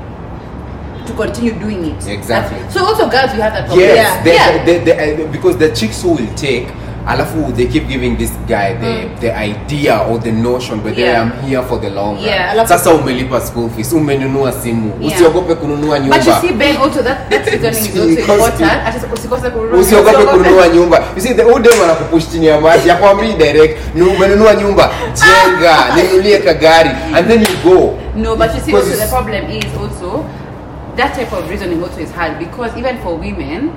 C: to continue doing it,
A: Exactly.
C: That's- So also girls, we have that problem.
A: yes
B: Yeah.
A: They,
C: Yeah.
A: They, they, uh, because the chicks who will take alafu they keep giving this guy the, the idea or the notion but
C: Mm. Yeah.
A: i'm here for the long run
C: Yeah,
B: alafu-
A: sasa umelipa school fees umenunua simu
C: Yeah.
A: usiogope kununua
C: But you
A: nyumba
C: see, Ben, also that
A: [LAUGHS]
C: that reasoning is also
A: Usi-
C: important. At least, usikose kurudi.
A: usiogope
C: [LAUGHS]
A: kununua nyumba you see the old dem anakupush chini ya maji akwambii direct ni umenunua nyumba jenga
C: Ah.
A: ninulie kagari and then you go
C: No, but you see,
A: Because
C: also the
A: it's-
C: problem is also that type of reasoning also is hard because even for women,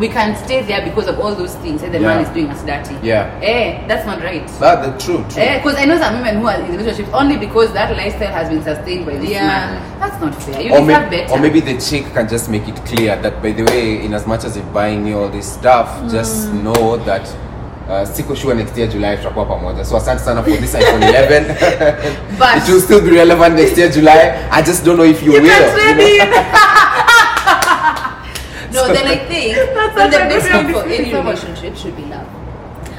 C: we can stay there because of all those things, and the
A: Yeah.
C: man is doing us dirty.
A: Yeah.
C: eh, that's not right.
A: But the truth, true.
C: Because I know some women who are in relationships only because that lifestyle has been sustained by this
B: Yeah.
C: man. That's not fair. You
A: or,
C: deserve
A: may-
C: better.
A: or maybe the chick can just make it clear that by the way, in as much as you're buying me all this stuff,
C: Hmm.
A: just know that uh, siko sure next year July tutakuwa pamoja. So asante sana for this iPhone 11.
C: [LAUGHS] But-
A: it will still be relevant next year July. I just don't know if you,
C: You
A: will.
C: can't
A: you know?
C: really-
B: No, then I think
C: That's
B: then the
C: such a
B: best
C: different
B: thing for any
C: different-
B: relationship should be love.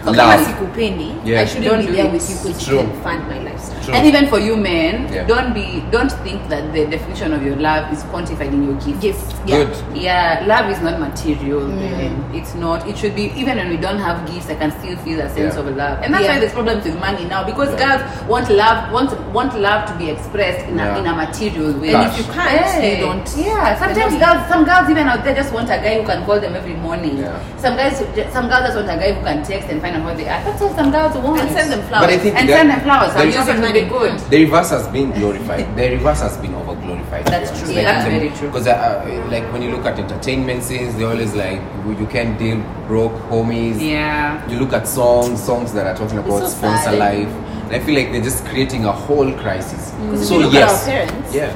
B: So
A: Love.
B: kama sikupendi,
A: Yeah.
B: I shouldn't
C: Don't
B: be
C: do
B: there
C: it.
B: with you because
A: True.
B: you can fund my lifestyle.
A: True.
C: And even for you men,
A: Yeah.
C: don't be don't think that the definition of your love is quantified in your gift.
B: Gift. Yeah.
A: Good.
C: Yeah, love is not material.
B: Mm.
C: man. It's not. It should be even when we don't have gifts, I can still feel a sense
A: Yeah.
C: of love, and that's
B: Yeah.
C: why there's problems with money now because
A: Yeah.
C: girls want love want want love to be expressed in
A: Yeah.
C: a in a material way.
A: And if
B: you can't,
C: Hey.
B: they don't-
C: Yeah, sometimes
B: don't-
C: girls, some girls even out there just want a guy who can call them every morning.
A: Yeah.
C: Some guys, some girls just want a guy who can text and find out what they are. That's all some girls want.
B: And send them flowers.
A: But I think
C: and
A: that-
C: send them flowers.
A: there
C: I'm
A: is-
C: sure it will be good.
A: The reverse has been glorified. The reverse has been over glorified.
C: That's true. Yeah, that's very true.
A: Because uh, like when you look at entertainment scenes, they always like you you can't deal broke homies.
C: Yeah.
A: You look at songs, songs that are talking about
B: so
A: sponsor
B: sad.
A: life, and I feel like they're just creating a whole crisis.
B: Because if
A: So
B: you look
A: yes,
B: at our parents,
A: yeah,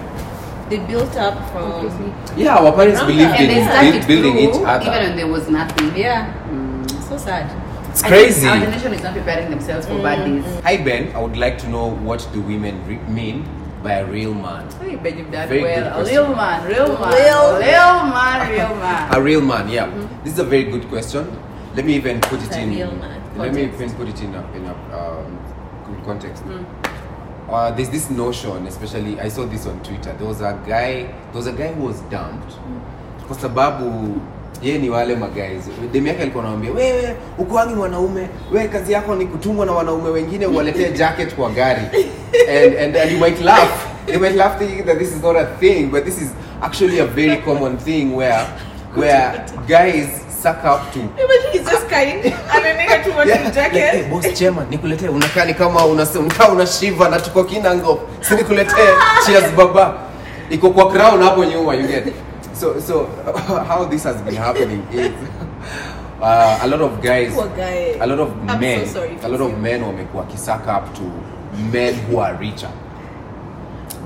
B: they built up from
A: yeah. Our parents believed
B: And
A: in
C: And they
A: buil-
C: started
A: building
C: through,
A: each other.
C: even when there was nothing. Mm.
B: yeah. So sad.
A: it's
C: I think
A: crazy. Mm.
C: Our generation is not preparing themselves for bad days.
A: Hi Ben, I would like to know what do women re- mean by a real man?
C: Hey, but you've done
A: Very good
C: well. A
A: question.
C: real man, real man,
B: Real-
C: real man, real man.
A: [LAUGHS] A real man, yeah. This is a very good question. let me even put it
B: It's Mm-hmm. a
A: in
B: real man.
A: let me
B: Context. Mm.
A: even put it in a, in a um, good context uh, there's this notion especially i saw this on twitter there was a guy there was a guy who was dumped kwa sababu ye ni wale maguys demi yake alikuwa anawambia wewe ukuangi mwanaume wewe kazi yako ni kutumwa na wanaume wengine uwaletee jacket kwa gari and, and, and you might laugh you might laugh thinking that this is not a thing but this is actually a very common thing where where guys suck up to
B: Imagine he's [LAUGHS] just kind. Anaendea tu mwenye
A: Yeah, like, hey, boss chema nikuletee unakaa ni kama unas- unakaa unashiva na tuko kinango si nikuletee cheers baba iko kwa crown hapo nyuma you get so so [LAUGHS] how this has been happening is uh, a lot of guys
B: Poor guy.
A: a lot of
B: I'm so
A: men
B: sorry for
A: a lot of
B: you.
A: men wamekuwa kisaka up to men who are richer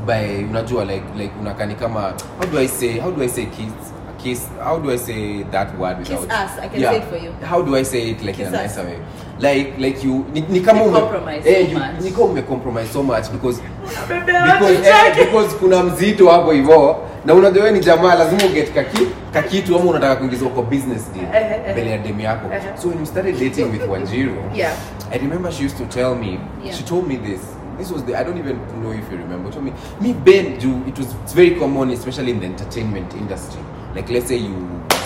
A: by unajua like like unakani kama how do i say how do i say kiss kiss how do i say that word
B: Kiss
A: without
B: ass. I can say it for you.
A: how do i say it like in a
B: Kiss ass.
A: nicer way like like you ni, ni kama
C: You
A: ume-
C: compromise
A: eh,
C: so
A: you-
C: much.
A: ni kama ume compromise so much because
B: Bebe
A: because, eh, because kuna mzito hapo hivyo na unajua wewe ni jamaa lazima uget kaki kakitu ama unataka kuingizwa kwa business deal
C: Eh, eh, eh.
A: mbele ya demu yako
C: Eh.
A: so when you started dating with Wanjiru
B: Yeah.
A: I remember she used to tell me
B: Yeah.
A: she told me this this was the I don't even know if you remember told me me Ben do it was it's very common especially in the entertainment industry like let's say you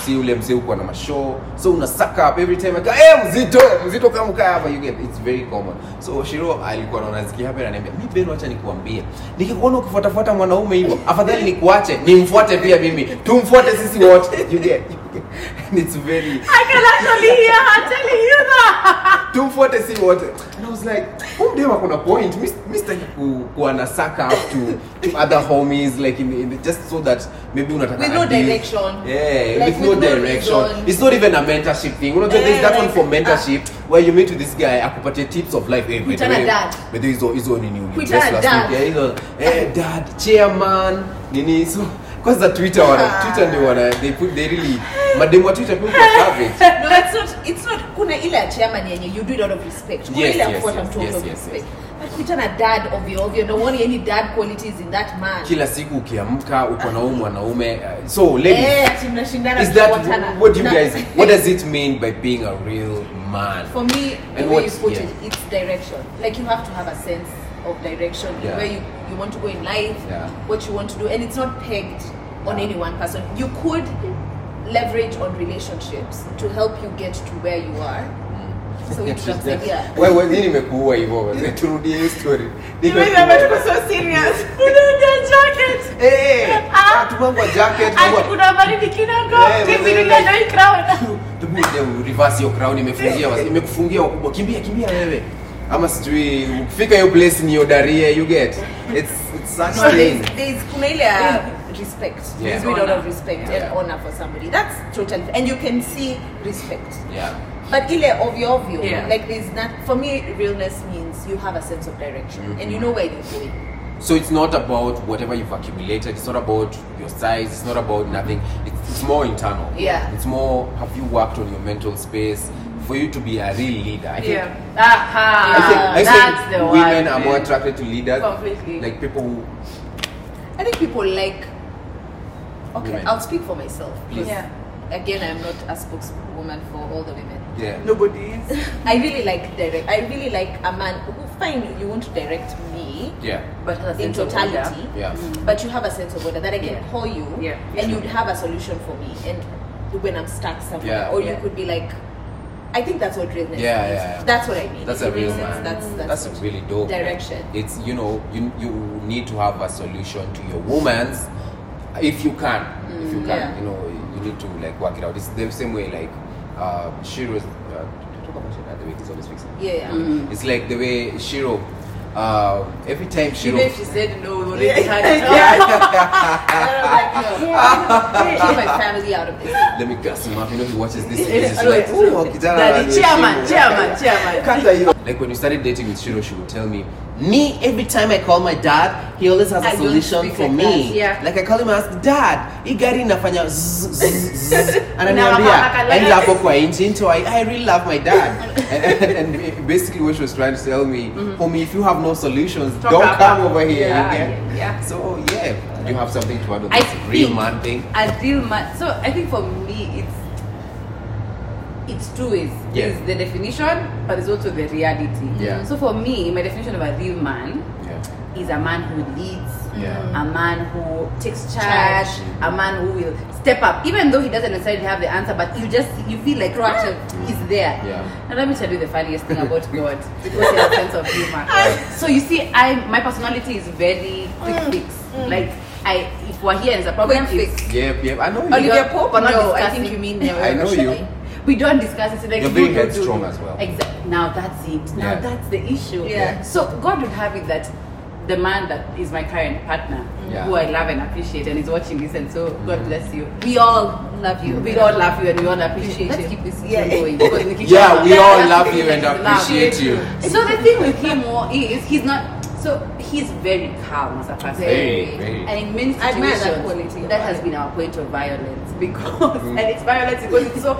A: see ule mzee uko na mashow so una suck up every time like eh mzito mzito kama kaa hapa you get it's very common so Shiro alikuwa anaona zikia hapa ananiambia mi Ben wacha nikuambie nikikuona ukifuata fuata mwanaume hivyo afadhali nikuache nimfuate pia mimi tumfuate sisi wote [LAUGHS] you get and it's very
C: I can actually hear her telling you that.
A: tumfuate si wote and i was like huyu dem akona point mi mi sitaki ku- kuwa na suck up to, to other homies like in, the- in, the- just so that maybe unataka
B: With no
A: a deal.
B: direction.
A: yeah
B: Like,
A: with no
B: with no
A: direction
B: reason.
A: it's not even a mentorship thing unajua
B: Eh,
A: there's that
B: like,
A: one for mentorship where you meet with this guy akupatie tips of life hey, by the
B: Kuitana
A: way,
B: dad.
A: by the way, hizo hizo nini
B: Kuitana
A: ulidrass last
B: dad.
A: week. Yeah, hizo eh dad chairman nini so kwanza twitter wana
B: Ah.
A: twitter ndio wana they put they really mademu wa twitter pia kwa savage
B: [LAUGHS] no, it's not, it's not kuna ile ya chairman yenye you do it out of respect kuna
A: Yes,
B: ile ya
A: yes,
B: kufuata
A: yes,
B: mtu
A: yes,
B: out of
A: yes,
B: respect but kuitana dad ovyo ovyo no one any dad qualities in that man
A: kila siku ukiamka uko na huyu mwanaume uh, so ladies
B: eh ati mnashindana
A: is that
B: kufuatana.
A: what do you
B: Na- [LAUGHS]
A: guys what does it mean by being a real man
B: for me the
A: And
B: way you
A: what-
B: put
A: yeah.
B: it it's direction like you have to have a sense of direction
A: Yeah.
B: where you, you want to go in life
A: Yeah.
B: what you want to do and it's not pegged on
A: Yeah.
B: any one person you could leverage on relationships to help you get to where you are so
A: [LAUGHS]
B: it translates yeah
A: Wewe- wewe, nini imekuua hivyo wewe? turudie hiyo story Niko-
B: [LAUGHS]
A: Eh, ah, tumangwa jacket tumangwa- Eh, wewe- Tubu ile reverse hiyo crown imefungia wasi- imekufungia wakubwa kimbia kimbia wewe ama sijui ukifika hiyo place niodarie you get it's, it's such thing
B: kuna ile ya respect
A: Yeah.
B: yeah. out
C: Honor.
B: of respect
A: Yeah.
B: and honor for somebody that's totally and you can see respect
A: yeah
B: but ile ovyo ovyo
C: Yeah.
B: like there's not for me realness means you have a sense of direction
A: Mm-hmm.
B: and you know where you're going
A: So it's not about whatever you've accumulated. It's not about your size. It's not about nothing. It's, it's more internal.
B: Yeah.
A: It's more have you worked on your mental space for you to be a real leader. I think.
C: Aha,
A: I think, I
C: Ah, that's
A: think
C: the
A: women
C: one.
A: are more attracted to leaders.
C: Completely.
A: Like people who.
B: I think people like okay
A: Women.
B: I'll speak for myself 'cause
C: Yeah.
B: again I'm not a spokeswoman for all the women
A: Yeah.
C: Nobody is.
B: I really like direct I really like a man who fine you won't direct me
A: Yeah.
C: But has a
B: in
C: sense of order.
B: totality
A: Yeah.
B: but you have a sense of order that I can
C: Yeah.
B: call you
C: Yeah.
B: and you'd have a solution for me and when I'm stuck somewhere
A: Yeah.
B: or
C: Yeah.
B: you could be like I think that's what realness
A: Yeah,
B: is.
A: yeah, yeah.
B: That's what I mean.
A: That's
B: If
A: a
B: it
A: real
B: makes sense,
A: man.
B: That's that's,
A: That's,
B: what-
A: really dope. man.
B: Direction.
A: It's you know you you need to have a solution to your woman's if you can if you can
B: Mm, yeah.
A: you know you need to like work it out. It's the same way like uh, Shiro's. Uh, did I talk about Shiro the way he's always fixing. Mm-hmm.
B: Yeah, Mm-hmm. yeah.
A: It's like the way Shiro. Uh, every time Shiro.
C: Even
A: [LAUGHS]
C: if she said no, we already [LAUGHS] had
B: [LAUGHS]
C: it.
A: [LAUGHS]
B: Get my family out of this.
A: Let me gas him up. You know he watches this. and He's just like,
C: Always.
A: "Ooh, kijana
C: Eh, Daddy, chairman,
A: anaheshimu."
C: chairman, chairman.
A: Kata hiyo. Like when you started dating with Shiro, she would tell me, me every time I call my dad, he always has a
C: I don't
A: solution
C: speak
A: for
C: like
A: me.
C: that, yeah.
A: Like I call him and ask, dad, hii gari inafanya zzz, zzz, zzz."
C: [LAUGHS]
A: ananiambia
C: Inawapaka-
A: enda hapo kwa engine. So I, I really love my
C: [LAUGHS]
A: dad. and, and, and basically what she was trying to tell me, homie, if you have no solutions,
C: Mm-hmm. Talk
A: don't
C: about-
A: come over here.
C: Yeah,
A: you get?
C: yeah.
A: So yeah, you have something to add on
C: I
A: this real
C: think-
A: man thing.
C: A real man. So I think for me, it's it's two ways.
A: Yeah.
C: There's the definition, but there's also the reality.
A: Yeah.
C: So for me, my definition of a real man
A: Yeah.
C: is a man who leads,
A: Yeah.
C: a man who takes charge,
B: Charge.
C: a man who will step up, even though he doesn't necessarily have the answer. But you just you feel like
A: [GASPS]
B: Proactive.
C: "Ah, he's there.
A: Yeah.
C: And let me tell you the funniest thing about
A: [LAUGHS]
C: God because he has a sense of humor. so you see, I my personality is very quick
A: Mm.
C: fix. Like I, if we're here and it's a problem,
B: Quick
C: it's-
A: Yep, yep. I know you.
B: Olivia
C: don't-
B: Pope?
C: we're not
B: No, I
C: discussing.
B: think you mean Naomi
A: I know you.
B: Rapace.
C: We don't discuss it. It's Like
A: You're
C: do,
A: very
C: do, do,
A: headstrong
C: do.
A: as well.
C: Exactly. Now that's it. Now
A: Yeah.
C: that's the issue.
B: Yeah.
C: So God would have it that the man that is my current partner,
A: Yeah. Mm-hmm.
C: who I love and appreciate, and is watching this, and so God bless you.
B: We all love you.
C: We all love you and we all appreciate
B: Let's
C: you.
B: keep this
C: [LAUGHS] yeah.
B: going.
C: because we keep-
A: Yeah, we
C: Yeah,
A: all
C: that's
A: love
C: the
A: you
C: thing,
A: and
C: like, love.
A: appreciate you.
C: So the thing with him more is he's not. So he's very calm as a person.
A: Very, very.
C: And in many
B: I admire that
C: situations,
B: quality of
C: that has
B: him.
C: been our point of violence [LAUGHS] because,
A: Mm-hmm.
C: and it's violence because it's so.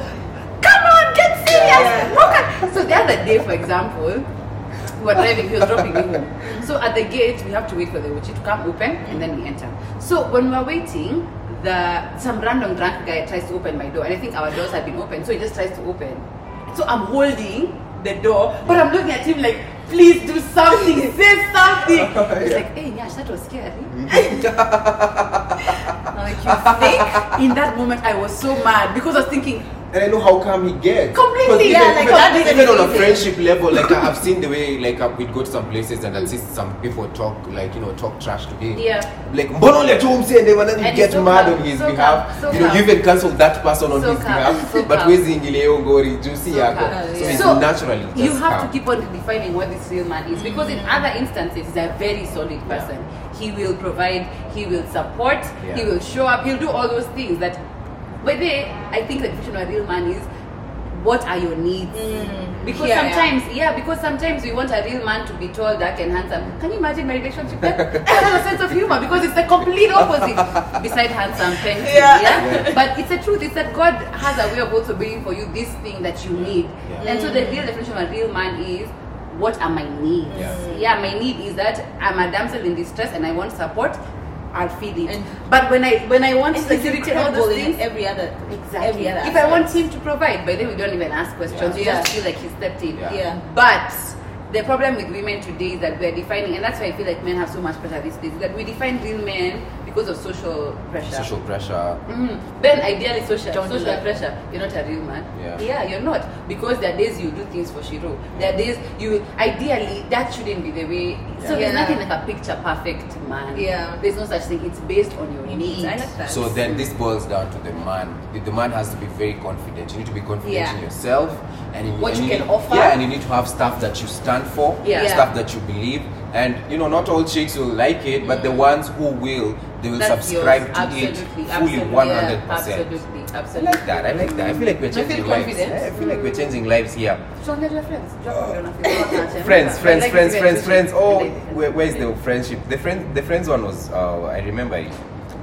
C: Come on, get serious.
B: Yeah.
C: How can-" So the other day, for example, we were driving. He was dropping me home. So at the gate, we have to wait for the uchi to come open, and then we enter. So when we are waiting, the some random drunk guy tries to open my door, and I think our doors have been open, so he just tries to open. So I'm holding the door, but I'm looking at him like, please do something, say something. He's like, hey, Nyash, that was scary. [LAUGHS] I'm like, you think? In that moment, I was so mad because I was thinking,
A: And I know how come he gets.
C: Completely,
A: 'Cause
C: yeah,
A: even-
C: like,
A: even,
C: that is
A: even on a
C: amazing.
A: friendship level, like I- I've seen the way like uh, we'd go to some places and I'd see some people talk like you know talk trash to him.
C: Yeah.
A: Like mbona uliacha umse and then you
C: And
A: get
C: so
A: mad
C: calm,
A: on his
C: so
A: behalf.
C: calm, so
A: you know, you
C: calm.
A: even cancel that person on
C: So
A: his
C: calm,
A: behalf.
C: so
A: but
C: calm.
A: wezi ingilia ngori juicy
C: So
A: yako.
C: calm,
A: So
C: yeah.
A: it's
C: So,
A: naturally just
C: you have
A: calm.
C: to keep on defining what this real man is because in other instances he's a very solid person he will provide he will support he
A: Yeah.
C: will show up he'll do all those things that but they i think the definition of a real man is what are your needs Mm-hmm. because
B: Yeah, yeah.
C: sometimes yeah. because sometimes we want a real man to be tall dark and handsome can you imagine my relationship then I have a sense of humor because it's the complete opposite beside handsome thank you,
B: Yeah.
C: yeah? but it's the truth it's that god has a way of also bringing for you this thing that you need
A: Yeah.
C: and so the real definition of a real man is what are my needs?
A: Yeah.
C: my need is that I'm a damsel in distress and I want support. I'll feed it.
B: And-
C: but when I when I want
B: It's like you're
C: security and all
B: incredible
C: those
B: in
C: things,
B: every other
C: exactly.
B: Every other
C: If I want him to provide, by then we don't even ask questions.
B: Yeah.
C: You
B: Yeah.
C: just feel like he stepped in.
A: Yeah.
B: Yeah.
C: But the problem with women today is that we are defining, and that's why I feel like men have so much pressure these days. That we define real men because of social pressure.
A: social pressure.
C: Mm. Then ideally social
B: Don't do
C: social
B: that.
C: pressure. You're not a real man.
A: Yeah.
C: you're not. Because there are days you do things for Shiro. There are days you ideally that shouldn't be the way so
B: Yeah.
C: there's nothing like a picture perfect man.
B: Yeah.
C: There's no such thing. It's based on your needs.
B: I like that.
A: So then this boils down to the man. The, the man has to be very confident. You need to be confident
B: Yeah.
A: in yourself and in
B: What
A: and
B: you can
A: need-
B: offer.
A: Yeah, and you need to have stuff that you stand for,
C: Yeah.
B: Yeah.
A: stuff that you believe. And you know, not all chicks will like it, but the ones who will, they will
C: That's
A: subscribe
C: yours.
A: to
C: absolutely,
A: it fully,
C: absolutely,
A: one hundred
C: yeah,
A: percent.
C: Absolutely,
A: I
C: absolutely.
A: like that. I like that. I feel like we're
C: Do you feel
A: changing lives.
C: confident?
A: Yeah, I feel like we're changing lives here.
C: Tuongee tu friends. Drop on your
D: [LAUGHS]
C: friends.
A: [LAUGHS] Friends, friends,
C: Like
A: friends,
C: this
A: friends, friends.
C: event.
A: Oh,
C: Like this.
A: where, where's the friendship? The friend, the friends one was. Uh, I remember it.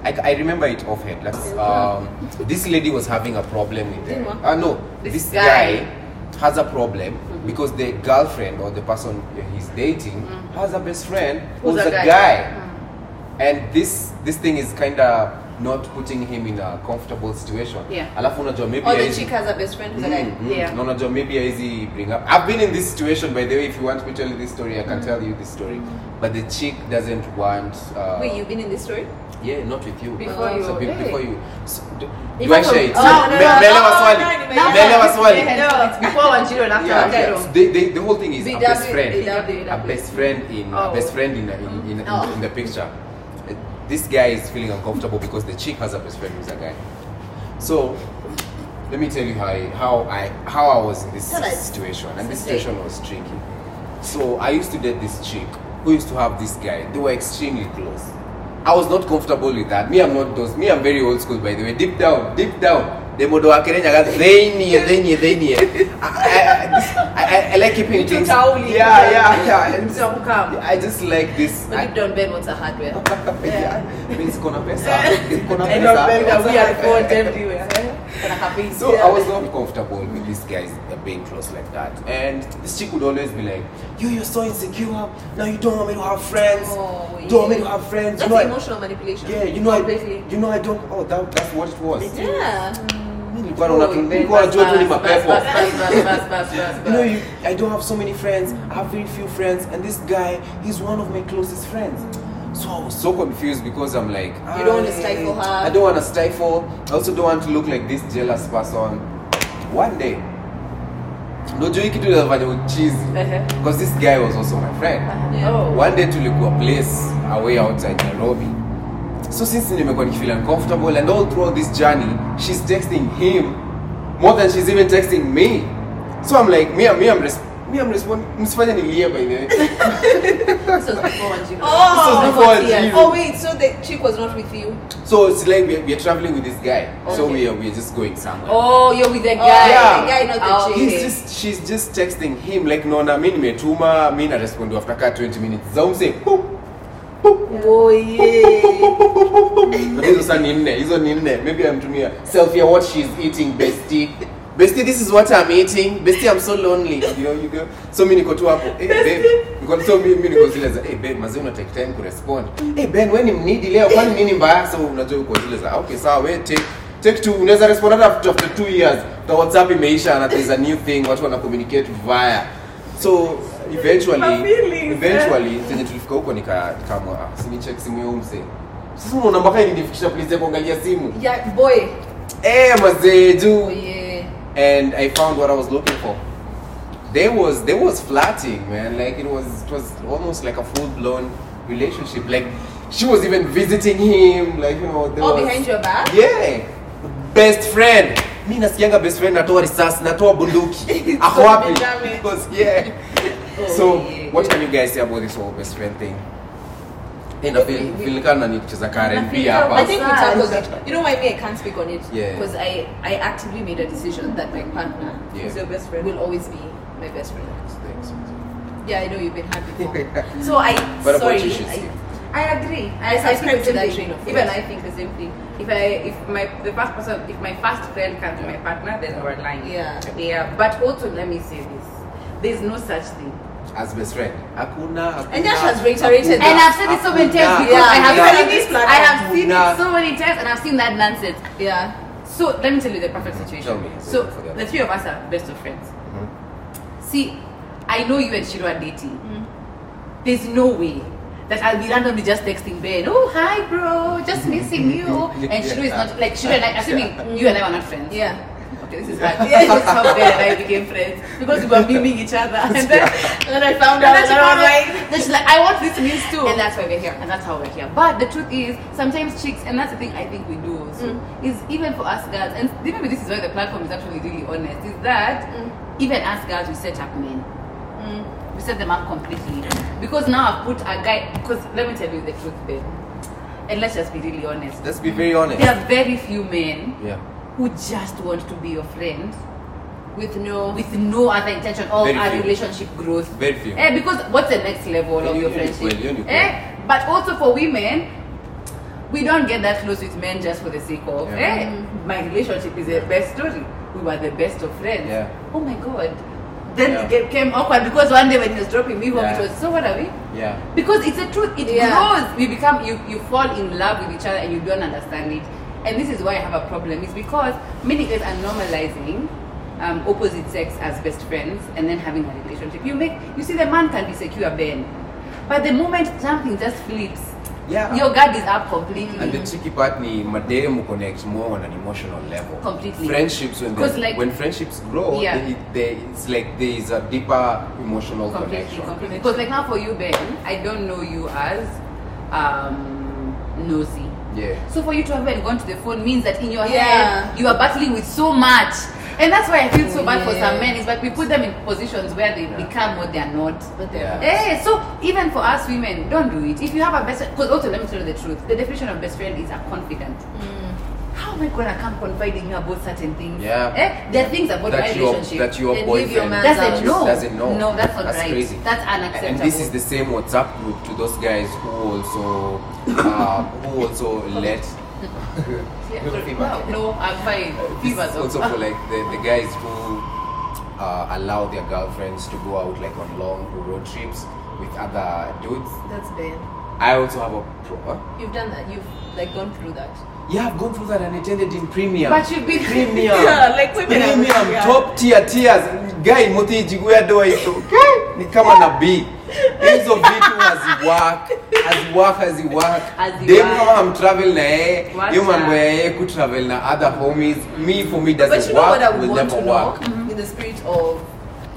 A: I, I remember it offhand. Like, um, this lady was having a problem with them.
B: Didn't work.
A: Uh, no,
C: This
A: this
C: guy.
A: guy has a problem because the girlfriend or the person he's dating has a best friend who's, a, guy, and this this thing is kind of not putting him in a comfortable situation.
C: Yeah.
A: Alafu unajua maybe
B: Or the
A: haizi-
B: chick has a best friend who's a guy.
A: Mm, mm.
C: Yeah.
A: No, no, John, maybe easy bring up. I've been in this situation, by the way. If you want me to tell you this story, I can tell you this story. But the chick doesn't want. Uh,
B: Wait, you've been in this story?
A: Yeah, not with you.
C: Before
A: So
C: you-
A: be-
C: hey.
A: before you. So, do, do
C: Before
A: I share
C: you-
A: it?
C: Oh,
A: So,
C: no, no,
A: me-
B: no,
A: Melewa
B: no,
A: swali.
B: no, no,
C: no.
A: Melewa swali.
C: No, it's before one zero and after
A: Yeah,
C: one zero.
A: yeah. They, they, the whole thing is a
C: BW,
A: best friend.
C: BW.
A: A best friend in a
C: Oh.
A: best friend in in, in, in,
B: Oh.
A: in the picture. Uh, This guy is feeling uncomfortable because the chick has a best friend who's a guy. So let me tell you how I, how I how I was in this
B: Tell us.
A: situation, and this
B: Say.
A: situation was tricky. So I used to date this chick who used to have this guy. They were extremely close. I was not comfortable with that. Me, I'm not those. Me, I'm very old school, by the way. Deep down, deep down. The modo wakerenyaga thenie thenie thenie. I, I, I, I, I like keeping
C: You took
A: things.
C: out.
A: Yeah, yeah, yeah. And
C: So come.
A: I just like this.
C: But
A: I,
C: deep down, Ben wants a hardware.
A: [LAUGHS] yeah. Means kuna pesa. Kuna
C: I
A: pesa.
C: know Ben that we are
A: What's
C: born
A: up?
C: everywhere. Kuna kabisa.
A: So I was not comfortable with these guys uh, being close like that. And this chick would always be like, You, you're so insecure. Now you don't want me to have friends.
B: Oh,
A: don't want me
B: yeah.
A: to have friends.
B: That's
A: you know, I-
B: emotional manipulation.
A: yeah, you know, I, oh,
B: Completely.
A: you know, I don't. Oh, that, that's what it was.
B: Yeah.
A: Mimi nilikuwa naona tu- nilikuwa
D: Bas,
A: najua tu ni
D: bas,
A: mapepo
D: bas, bas, bas, bas, bas, bas,
A: [LAUGHS] you know
D: bas.
A: you, i don't have so many friends i have very few friends and this guy he's one of my closest friends so i was so confused because i'm like
B: You don't wanna
A: "Aye,
B: stifle her."
A: i don't want to stifle i also don't want to look like this jealous person one day nojui kitu nafanya uchizi
D: Uh-huh.
A: because this guy was also my friend
B: Yeah.
D: Oh.
A: one day tulikuwa place away outside nairobi so since nimekuwa nikifeel uncomfortable and all throughout this journey she's texting him more than she's even texting me so i'm like me, me i'm res- me i'm responding msifanye nilie by the way
D: This was before Wanjiru.
A: was
B: Oh,
A: before
B: yes.
A: Jill.
B: oh wait, so the chick was not with you.
A: so it's like we're, we're traveling with this guy so
D: Okay.
A: we are, we're just going somewhere
D: Oh, you're with the guy.
A: yeah.
D: The guy, not the
B: Oh,
D: chick.
A: He's just, she's just texting him like naona mi nimetuma mi narespondi after ka 20 minutes zaumse
C: Oh,
A: hizo sa ni nne hizo ni nne maybe amtumia selfie ya what she's eating bestie bestie this is what i'm eating bestie i'm so lonely you know, you go. so mi niko tu hapo hey, babe niko so mi mi niko zile za hey, babe mazee una take time kurespond hey, ben we ni mnidi leo kwani nini mbaya so unajua uko zile za okay sawa we take take two unaweza respond hata after after two years the whatsapp imeisha and there's a new thing watu wana communicate via so eventually
B: My feelings,
A: eventually zenye tulifika huko nika kama ah, sinicheck simu ya huyu mzee sasa unaona mpaka ilinifikisha place ya kuangalia simu
D: Yeah, boy.
A: eh mazee
B: Oh,
A: juu
D: Yeah.
A: and I found what I was looking for. There was there was flirting, man. Like it was it was almost like a full blown relationship. Like she was even visiting him. Like you know, there
B: All
A: was,
B: Oh, behind your back?
A: Yeah, best friend. Mi nasikianga best friend natoa risasi natoa
B: [LAUGHS]
A: bunduki ako wapi?
B: Damn it.
A: Because yeah.
B: Oh,
A: So what can you guys say about this whole best friend thing? Hey, na feel feel kana ni kucheza Karen pia hapa.
B: I think we tackled it. You know why me? I can't speak on it
A: Yeah.
B: because I I actively made a decision that my partner,
A: Yeah.
B: who's your best friend, will always be my best friend. Yeah, I know you've been happy
A: [LAUGHS]
B: before. so I
A: What about
B: sorry.
A: you, Shitsi?
B: I,
D: I agree. I,
B: Yes,
D: I, think
B: I subscribe
D: the
B: to that
D: same
B: train
D: thing.
B: of thought.
D: Even I think the same thing. If I, if my the first person, if my first friend comes to my partner, then we're lying.
B: Yeah.
D: Yeah. But also, let me say this: there's no such thing.
A: as best friend. Hakuna, hakuna.
B: And Yash has
A: hakuna,
B: reiterated that.
C: And I've said it so many
A: hakuna,
C: times because I have
A: hakuna.
C: seen
B: Even in this
C: it. I have seen
A: Hakuna.
C: it so many times, and I've seen that nonsense.
B: yeah.
C: So let me tell you the perfect situation.
A: Tell me.
C: So
A: For that.
C: the three of us are best of friends. See, I know you and Shiro are dating. There's no way that I'll be randomly just texting Ben. Oh hi, bro, just missing you. And Shiro is not like Shiro and I. Assuming you and I were not friends.
B: Yeah.
C: Okay, this is bad. This [LAUGHS] is how Ben and I became friends because we were memeing each other, and then and then I found
D: And
C: out.
D: then she
C: and I was
D: found out.
C: like, then she's like, I want these memes too.
D: And that's why we're here.
C: and that's how we're here. But the truth is, sometimes chicks, and that's the thing I think we do also, is even for us girls, and maybe this is why the platform is actually really honest, is that
B: Mm,
C: even us girls, we set up men. We set them up completely. Because now I've put a guy, because let me tell you the truth, babe. And let's just be really honest.
A: Let's be very honest.
C: There are very few men
A: Yeah.
C: who just want to be your friend
B: With no.
C: with no other intention or
A: Very
C: our
A: few.
C: relationship growth.
A: Very few.
C: Eh, because what's the next level
A: Yeah,
C: of
A: you-
C: your
A: you need
C: friendship?
A: to- you need to-
C: eh? But also for women, we don't get that close with men just for the sake of
A: Yeah.
C: eh? My relationship is the best story. We were the best of friends.
A: Yeah.
C: Oh my god. Then
A: Yeah.
C: it get- came awkward because one day when he was dropping me home,
A: Yeah.
C: it was so what are we?
A: Yeah.
C: Because it's the truth, it
B: Yeah.
C: grows. We become you you fall in love with each other and you don't understand it. And this is why I have a problem. It's because many guys are normalizing um, opposite sex as best friends and then having a relationship. You make you see the man can be secure Ben. But the moment something just flips,
A: Yeah.
C: your guard is up completely.
A: And the tricky part ni mademu connect more on an emotional level.
C: Completely.
A: Friendships when
C: 'Cause
A: they,
C: like-
A: when friendships grow,
C: Yeah.
A: they, they, it's like there is a deeper emotional
C: completely,
A: connection.
C: completely. Because like now for you, Ben, I don't know you as um, nosy.
A: Yeah.
C: So for you to have even gone to the phone means that in your
B: Yeah.
C: head you are battling with so much. And that's why I feel so bad for
B: Yeah.
C: some men is that we put them in positions where they become what they are not.
B: But the-
A: Yeah.
C: Eh, so even for us women, don't do it. If you have a best friend, because also let me tell you the truth, the definition of best friend is a confidant.
B: mm.
C: How am I gonna come confide in you about certain things?
A: Yeah.
C: Eh, there are things about my
A: That your
C: relationship
A: that your
B: Then leave your
A: boyfriend
B: man out.
C: doesn't
A: just
C: know.
A: doesn't know.
C: No, that's not
A: that's
C: right.
A: Crazy.
C: That's
A: And
C: unacceptable.
A: this is the same WhatsApp group to those guys who also uh, who also let
C: Yeah,
A: Fever.
C: well, no, I'm fine.
A: This
C: Fever
A: is
C: though. Ah.
A: also for like the, the guys who uh, allow their girlfriends to go out like on long road trips with other dudes.
B: That's bad.
A: I also have a pro. huh?
B: You've done that. You've like gone through that.
A: yeah, I've gone through that and attended in premium.
E: But you've been-
A: premium.
E: [LAUGHS]
B: Yeah, like women are-
A: premium,
B: yeah.
A: top tier tiers. Guy Mutiji where do I okay? Ni kama nabii. Hizo vitu haziwork, haziwork, haziwork.
E: Haziwork.
A: Dem kama I'm travel na yeye,
E: Wacha.
A: hiyo mambo ya yeye ku travel na other homies. Me for me
B: But
A: doesn't
B: you know what
A: work,
B: I would
A: will
B: want
A: never
B: to
A: work.
B: know Mm-hmm. in the spirit of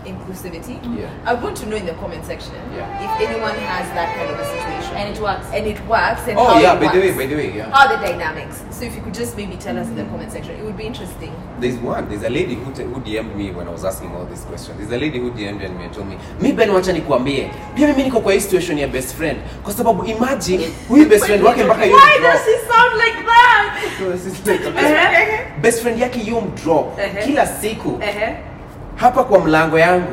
B: inclusivity?
A: Yeah.
B: I would want to know in the comment section
A: Yeah.
B: if anyone has that kind of a situation
E: And it works.
B: and it works and
A: Oh
B: how
A: yeah,
B: it
A: by
B: works.
A: the way, by the way, yeah.
B: How
A: [LAUGHS]
B: the dynamics. So if you could just maybe tell us in the comment section, it would be interesting.
A: There's one, there's a lady who, t- who DM'd me when I was asking all these questions. There's a lady who DM'd me and me told me, mi Ben, wacha nikuambie, pia mimi niko kwa hii situation ya best friend, kwa sababu imagine huyu best friend wake mpaka yeye
B: Why does she sound like
E: [LAUGHS]
B: that?
E: Uh-huh.
A: best friend yake yu mdrop
B: Ehe.
A: kila siku
B: Uh-huh.
A: hapa kwa mlango yangu.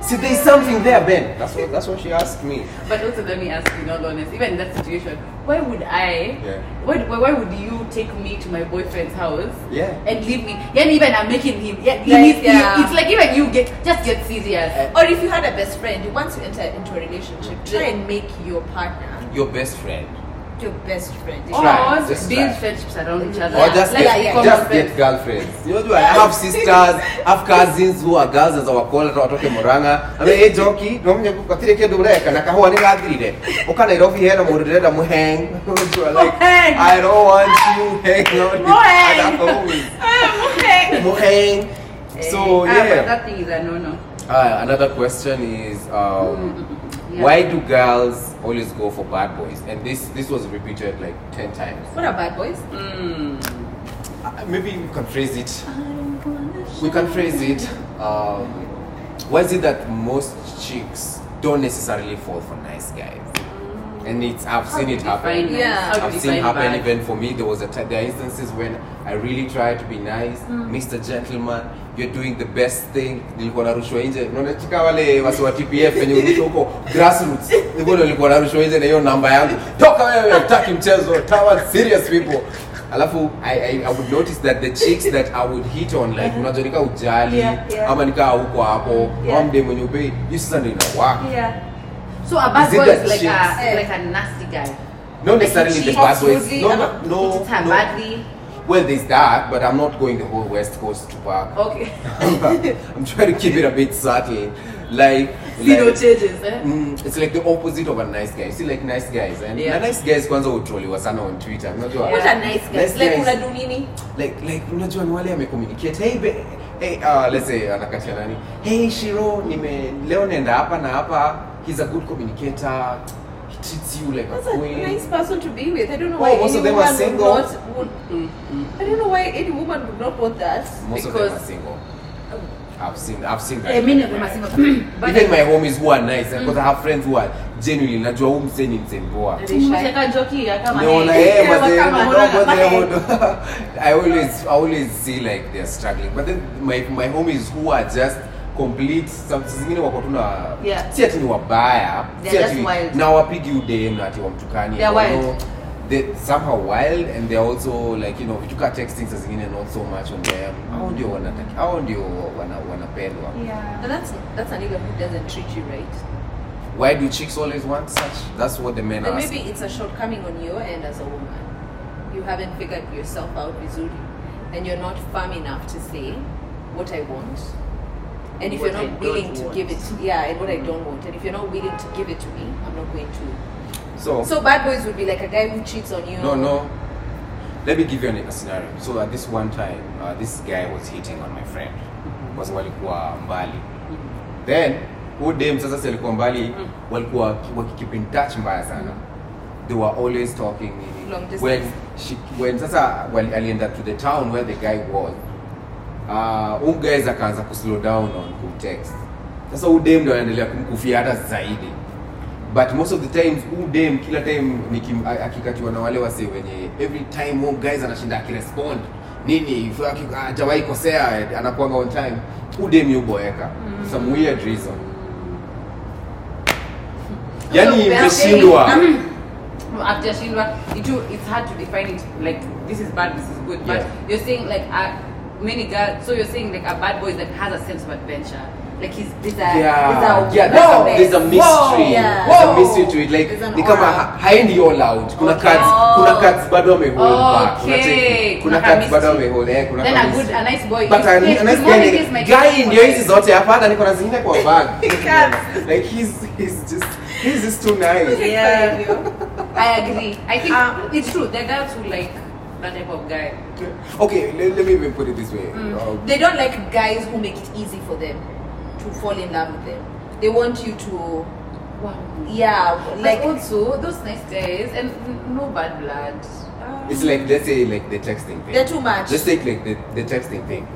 A: See, there's something there, Ben. That's what, that's what she asked me.
E: But also, let me ask you, in all honest, even in that situation, why would I,
A: Yeah.
E: why, why, why would you take me to my boyfriend's house
A: Yeah.
E: and leave me? Yeah, and even I'm making him, yeah, he
B: Like,
E: needs- he-
B: yeah.
E: it's like even you get, just get serious.
B: Or if you had a best friend, once you enter into a relationship, try and make your partner
A: Your best friend.
B: your best friend.
E: Or
A: Try, just
E: build
A: try.
E: friendships around each other.
A: Or
E: Let's
A: just get,
B: yeah, yeah.
E: become
A: just
E: friends.
A: get girlfriends. You know, I have sisters, have cousins who are girls as our call watoke Murang'a. I mean, hey, Joki, nomnye kukatire kedu reka na kahua ni gathirire. Oka Nairobi here na murudeda muhang. [LAUGHS] You are like,
E: Muhang.
A: I don't want you hang out with
E: Muhang.
A: other
E: [LAUGHS]
A: homies. Muhang. So
E: Ah, but
A: yeah.
E: that thing is a no-no.
A: Uh, another question is um,
E: Yeah.
A: why do girls always go for bad boys? And this this was repeated like ten times.
B: What are bad boys?
A: Mm. Uh, maybe we can phrase it. We can phrase it. Um, why is it that most chicks don't necessarily fall for nice guys? And it's I've seen it happen.
E: Define nice.
B: Yeah.
E: How do you
A: I've seen
E: define
A: happen
E: bad?
A: even for me. There was a ti- there are instances when I really tried to be nice,
B: Mm.
A: Mr. Gentleman, you're doing the best thing. Nilikuwa narushwa nje, unaona chika wale wasi wa TPF wenye urushwa huko grassroots. Nilikuwa nilikuwa narushwa nje na hiyo namba yangu, toka wewe, hutaki mchezo. Tawa serious people. Alafu I, I, I would notice that the chicks that I would hit on like unajua nika ujali
B: Yeah, yeah.
A: ama nikaa huko hapo
B: Yeah.
A: ama mdee mwenye ubei, hiyo sasa ndio inawaka.
B: Yeah.
E: So a bad
A: Is it
E: boy
A: that
E: is like a,
A: chicks?
B: Eh.
E: like a nasty guy.
A: Not necessarily the
E: cheats
A: bad boys.
E: rudely,
A: No,
E: ama
A: no, no,
E: treats her
A: no.
E: badly.
A: Well, there's that, but I'm not going the whole West Coast to
C: Oh.
A: park.
E: Okay.
A: [LAUGHS] I'm trying to keep it a bit subtle. Like,
E: Zero
A: like
E: changes, eh?
A: mm, it's like the opposite of a nice guy. You see, like nice guys, and
E: Yeah.
A: yeah. nice guys kwanza utroliwa sana on Twitter. Unajua?
B: What are nice guys?
A: Nice
B: like
A: guys.
B: unadu nini?
A: like like unajua ni wale amecommunicate hey be, hey uh, let's say anakatia nani hey shiro nime leo naenda hapa na hapa he's a good communicator he treats you like
B: That's
A: a
B: a
A: queen
B: nice person to be with. I don't know
A: Oh,
B: why
A: most
B: any
A: of them
B: woman
A: are single.
B: would not. Would,
A: Mm,
B: I don't know why any woman would not want that.
A: most of them are
B: because
A: single I've seen I've seen that
E: Eh, many of them are single. [CLEARS THROAT] But
A: even my homies who are nice because I have friends who are genuinely najua huu mzee ni mzee mboa
E: Mshaka joki ya kama,
A: Naona
E: eh,
A: yeye
E: [LAUGHS] kama
A: mazee
E: kama
A: mdogo
E: unaona,
A: zee
E: eh.
A: mdogo. [LAUGHS] I always I always see like they're struggling but then my my homies who are just complete some saa zingine wako tu na
E: Yeah.
A: si ati ni wabaya
E: They're
A: si
E: just
A: ati
E: wild.
A: na wapigi udem na ati wamtukani
E: They're
A: No,
E: wild.
A: no. they somehow wild and they're also like you know vitu ka texting saa zingine not so much on them hao ndio wanataki hao ndio wana- wanapendwa
B: and that's that's a nigga who doesn't treat you right.
A: why do chicks always want such that's what the men
B: And
A: are
B: maybe it's a shortcoming on your end as a woman. You haven't figured yourself out vizuri and you're not firm enough to say what I want. And if
E: What
B: you're
E: I don't
B: not willing to
E: want.
B: give it, yeah, and what I don't want. And if you're not willing to give it to me, I'm not going to.
A: so
B: So bad boys would be like a guy who cheats on you.
A: Oh. No, no. Let me give you an, a scenario. So at this one time, uh, this guy was hitting on my friend
B: Mm-hmm.
A: because walikuwa mbali. Then who dem sasa si alikuwa mbali,
B: Mm-hmm.
A: walikuwa ki- wakikeep in touch mbaya sana. They were always talking. nini.
B: Long distance.
A: When she when sasa wali, alienda to the town where the guy was. Uh, huyu guys akaanza kuslow down on kumtext. Sasa huyu dem ndio anaendelea kumkufia hata zaidi but most of the times huu dem kila time nikim- a- akikatiwa na wale wase wenye every time home guys anashinda akirespond nini if aki- hajawahi kosea eh, anakuanga on time huu dem yuboeka some weird [LAUGHS] reason yani
B: Well,
A: imeshindwa
E: after Shindwa, it, do- it's hard to define it like this is bad, this is good. But
A: Yeah.
C: uh,
E: you're saying like a, many girls, so you're saying like a bad boy that has a sense of adventure.
C: like he's there's a
A: yeah,
C: there's a
A: yeah there's,
C: whoa.
A: a, there's a mystery
C: Yeah.
A: there's a
F: Whoa.
A: mystery to it
C: There's an
A: like ni kama
C: aura.
A: ha- haendi all out kuna
C: Okay. Oh.
A: cards kuna cards bado wamehold back
C: Okay.
A: unacheki kuna
C: Kuna
A: cards bado
C: mystery.
A: wamehold eh kuna
C: then
A: kama
C: a good
A: mystery.
C: a nice boy
A: But I-
C: Yes,
A: I nice
C: the moment
A: guy-
C: he's my
A: guy
C: girlfriend.
A: ndio hizi zote hapa hata niko na zingine kwa bag
B: [LAUGHS]
A: like he's he's just he's just too
C: [LAUGHS]
A: nice
C: yeah I agree I think
B: Um,
C: it's true there are girls who like that type of guy
A: okay let, let me even put it this way Uh,
B: They don't like guys who make it easy for them to fall in love with them. They want you to, yeah,
C: like
B: like
C: also those nice days and no bad blood Ah.
A: It's like let's say like the texting thing.
B: they're too much.
A: Just take like the, the texting thing.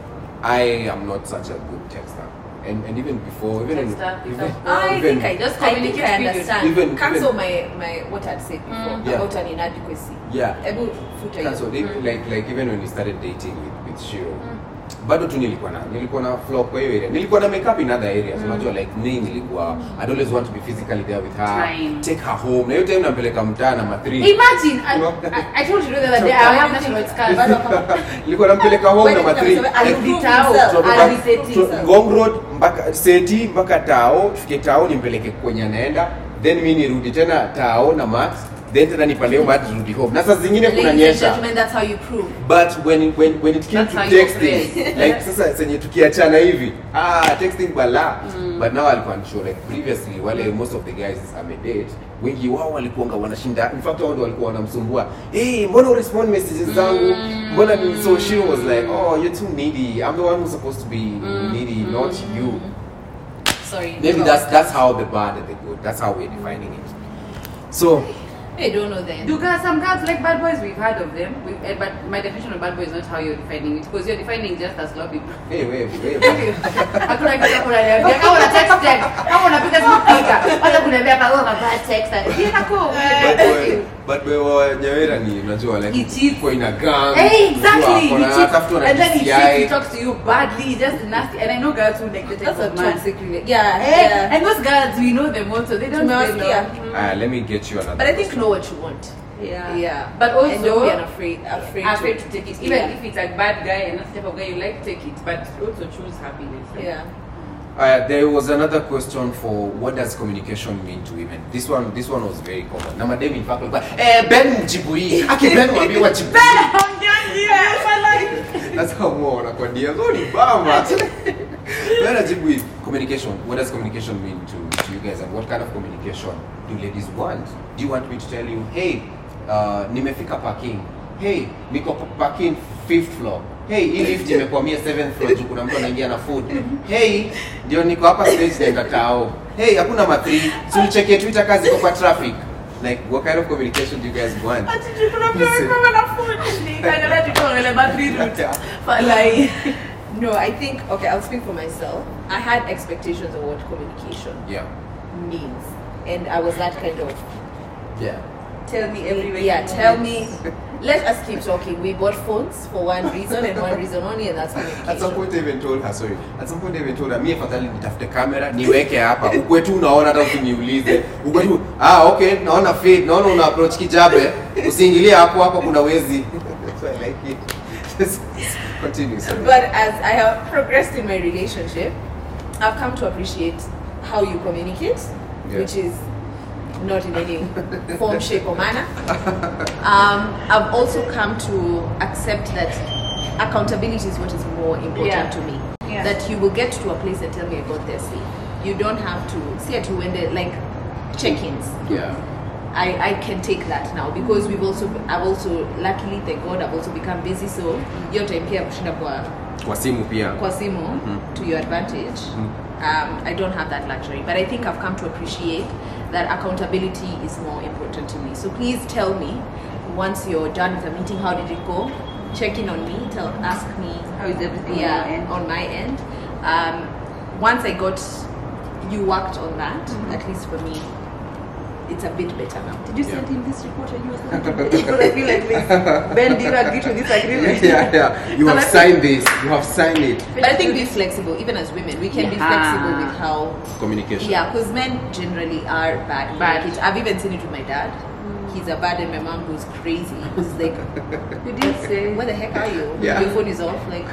A: I am not such a good texter, and and even before even in-
C: Texter, pick
A: even,
C: up.
B: I
A: even-
B: think I just I think
C: communicate
B: I
C: period.
B: understand.
A: Even-
B: cancel my my what I'd said before
C: Mm.
A: Yeah.
B: about an inadequacy.
A: yeah.
B: Ebu futa
A: That's
B: hiyo.
A: what they- like like even when we started dating with with Shiro. bado tu nilikuwa na nilikuwa na flow kwa hiyo area nilikuwa na make up in other areas unajua like me nilikuwa I'd always want to be physically there with her
C: Time.
A: take her home na hiyo time nampeleka mtaa namba 3
C: imagine I,
A: Well-
C: I, I told you the other day I have national scars bado kama-
A: nilikuwa nampeleka home
B: When
A: namba
B: it comes
A: 3
B: to- I'll
A: Like,
B: do
C: Kitao,
B: myself.
A: So,
C: I'll
A: mpaka-
C: be setting
A: so,
C: some.
A: Ngong Road mpaka seti mpaka tao tufike tao nimpeleke kwenye anaenda then mi nirudi tena tao na max then tena nipande hiyo max rudi home na saa zingine
B: Ladies and
A: kunanyesha
B: gentlemen, that's how you prove.
A: but when, when, when it came
C: That's
A: to
C: how you
A: texting [LAUGHS] like sasa senye tukiachana hivi ah texting bala
C: Mm.
A: but now alikuwa nishow like previously wale most of the guys amedate wengi wao walikuwanga wanashinda in fact wao ndo walikuwa wanamsumbua hey mbona urespond messages zangu
C: Mm.
A: mbona ni so she was like oh you're too needy i'm the one who's supposed to be
C: Mm.
A: needy not you
C: sorry
A: maybe that's that's how the bad and the good that's how we're defining it so
B: They don't know then.
C: Do girls, some girls like bad boys? We've heard of them, we, eh, but my definition of bad boy is not how you're defining it because you're defining just as loving. [LAUGHS]
A: hey wait wait
C: Hakuna kitu hapo unaniambia, kama una text text, kama unapiga simu piga, hata kuniambia kama una oh, bad text. Bila
B: [LAUGHS]
C: ko.
A: Bad boy- bad boy wa Nyawera ni unajua
C: He
A: like
C: cheats.
A: uko in a gang
C: Hey, Eh, exactly.
A: unajua,
C: He
A: kuna
C: cheats,
A: tafuta na
C: and then he
A: DCI.
C: cheats. He talks to you badly. He's just nasty. And I know girls who like the type
B: That's a
C: of man.
B: toxic relationship. Yeah,
C: Eh,
B: yeah.
C: And those girls, we know them also. They don't
B: Tumewasikia.
C: say no.
A: Ah, let me get you another
B: But I think know what you want.
C: Yeah.
B: Yeah.
C: But
B: and don't
C: also-
B: be afraid afraid,
C: Afraid to take it, even
B: Yeah.
C: if it's a bad guy and that's the type of guy you like, take it. But also choose happiness.
A: [LAUGHS]
B: Yeah.
A: Uh, there was another question for what does communication mean to women. This one, this one was very common. Na madem in fact, walikuwa, eh, Ben mjibu hii. Aki Ben mwambie wajibu. That's how more wanakwambia. "Oh, ni [LAUGHS] bamba." Ben ajibu hii. Communication. What does communication mean to, to you guys and what kind of communication do ladies want? Do you want me to tell you, hey, uh, nimefika parking. Hey, niko pa- parking fifth floor. Hey, hii lift [LAUGHS] imekwamia seventh floor juu kuna mtu anaingia na food. Hey, ndio niko hapa stage naenda tao. Hey, hakuna matri. Si ulichekie Twitter kazi iko kwa traffic. Like what kind of communication do you guys want?
B: But like no, I think okay, I'll speak for myself. I had expectations of what communication
A: Yeah.
B: means. And I was that kind of
A: Yeah.
C: Tell me everywhere.
B: Yeah, tell me. Let us keep talking. We bought phones for one reason and one reason only, and that's
A: At some
B: communication.
A: point I even told her sorry. At some point I even told her mimi afadhali nitafute kamera niweke hapa. Ukwe tu unaona hata usiniulize. Ukwe tu ah okay naona feed, naona una approach kijabe. Usiingilie hapo hapo kuna wezi. [LAUGHS] So I like it. Just continue. Sorry.
B: But as I have progressed in my relationship, I've come to appreciate how you communicate,
A: Yeah.
B: which is not in any form, shape, or manner. Um, I've also come to accept that accountability is what is more important
C: Yeah.
B: to me.
C: Yeah.
B: That you will get to a place and tell me about their see. You don't have to see it when they like check-ins.
A: Yeah.
B: I, I can take that now because we've also I've also luckily thank God I've also become busy so hiyo time pia kushinda kwa
A: Kwa simu pia. [LAUGHS]
B: kwa simu
A: Mhm.
B: to your advantage
A: Mm.
B: um, I don't have that luxury but I think I've come to appreciate that accountability is more important to me so please tell me once you're done with the meeting how did it go check in on me tell ask me
C: How is everything?
B: yeah,
C: on your end?
B: on my end. Um, once I got you worked on that,
C: Mm-hmm.
B: at least for me, it's a bit better now.
C: Did you
A: Yeah.
C: send him this report or you sent him [LAUGHS] Because I feel like this. Ben, do you agree to this agreement?
A: yeah, yeah. You have
C: And I think-
A: signed this. You have signed it.
B: But I think be flexible, even as women, we can be
C: Yeah.
B: flexible with how
A: Communication.
B: Yeah, because men generally are bad.
C: Bad.
B: Like it- I've even seen it with my dad. He's a bad, and my mom who's crazy. He's like,
C: You did say.
B: "Where the heck are you?
A: Yeah.
B: Your phone is off." Like,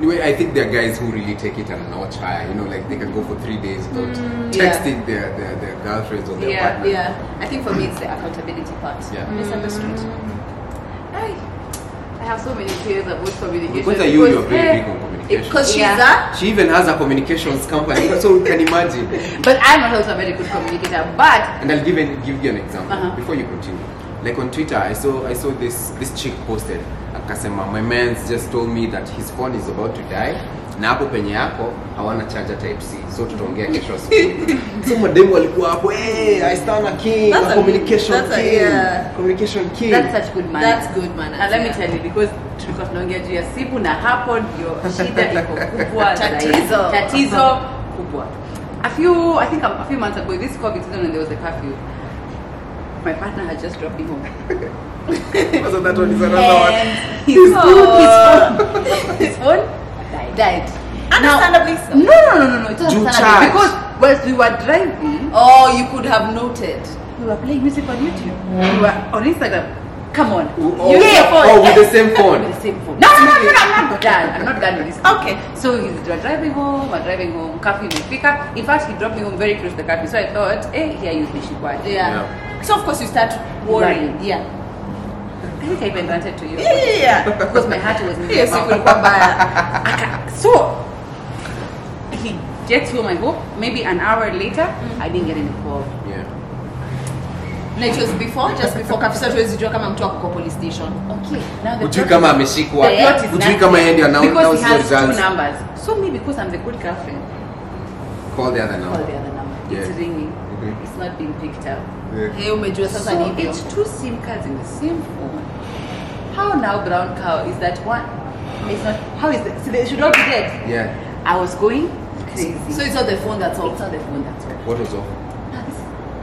A: Anyway, I think there are guys who really take it a notch higher. You know, like they can go for three days not texting their, their their girlfriends or their
C: Mm, Yeah,
A: partners.
B: Yeah.
C: I think for me it's the accountability part.
A: Yeah. Mm.
C: Misunderstood. Ay, I have so many theories about communication.
A: Because you,
C: because,
A: you're
C: eh,
A: very big on communication.
B: Because she's
C: Yeah.
B: a
A: She even has a communications company, so you can imagine.
C: [LAUGHS] But I'm not also a very good communicator. But
A: And I'll give an, give you an example
C: Uh-huh.
A: before you continue. Like on Twitter, I saw I saw this this chick posted akasema my man's just told me that his phone is about to die na hapo penye yako hawana charger type C so tutaongea kesho asubuhi.
B: [LAUGHS]
A: so mademu walikuwa hapo hey, I stand a king,
B: That's
A: a
B: a-
A: communication
B: that's a-
A: king.
B: yeah.
A: Communication king.
C: that's such good manners.
B: That's good manners,
C: And let me
B: yeah.
C: tell you because tulikuwa tunaongea juu ya simu na hapo
B: [LAUGHS]
C: ndio shida iko kubwa zaidi.
B: Tatizo.
C: Tatizo kubwa. A few I think a, a few months ago this covid season when there was a curfew. My partner had just dropped me home. [LAUGHS]
A: so that one is another one.
C: And his phone, his phone, his phone died.
B: died.
C: Now-
B: Understandably so.
C: No, no, no, no, no. It's not
A: Due
C: understandable
A: charge.
C: because whilst we were driving,
B: Oh, you could have noted.
C: we were playing music on YouTube. We were on Instagram. Come on.
A: Oh,
C: Use your phone.
A: oh, with the same phone.
B: [LAUGHS]
C: With the same phone. No, no, no, no, I'm not done. I'm not done with this. Oh.
B: Okay.
C: So he's dri- driving home, we're driving home, curfew imefika. In fact, he dropped me home very close to the curfew. So I thought, eh, here you wish you
B: Yeah. So of course you start worrying.
C: Worrying.
B: Yeah.
C: I think I even ranted to you.
B: Yeah, [LAUGHS] yeah.
C: because my heart was in
B: Hiyo
C: my
B: siku
C: mouth.
B: ilikuwa mbaya.
C: So he gets home, I hope. Maybe an hour later, I didn't get any call.
A: Yeah.
B: Na it was before, just before kabisa tuwezi jua kama mtu ako kwa police station.
C: Okay, now the
A: Hujui
C: plot
A: kama
C: is-
A: ameshikwa.
C: the plot is
A: Hujui
C: nasty.
A: kama yeye ndio anao-
C: Because he
A: anao
C: has
A: sio
C: two
A: zanzi.
C: numbers. So me because I'm the good girlfriend,
A: Call the other
C: call
A: number.
C: the other number.
A: Yeah.
C: It's ringing.
A: Mhm.
C: It's not being picked up.
A: Yeah.
C: oh
B: Hey, umejua sasa
C: so
B: ni hivyo.
C: it's two SIM cards in the same phone. How now brown cow is that one? It's not. How is it? So they should all be dead.
A: Yeah.
C: I was going crazy.
B: So it's not the phone that's all.
C: it's not the phone that's all.
A: What was off?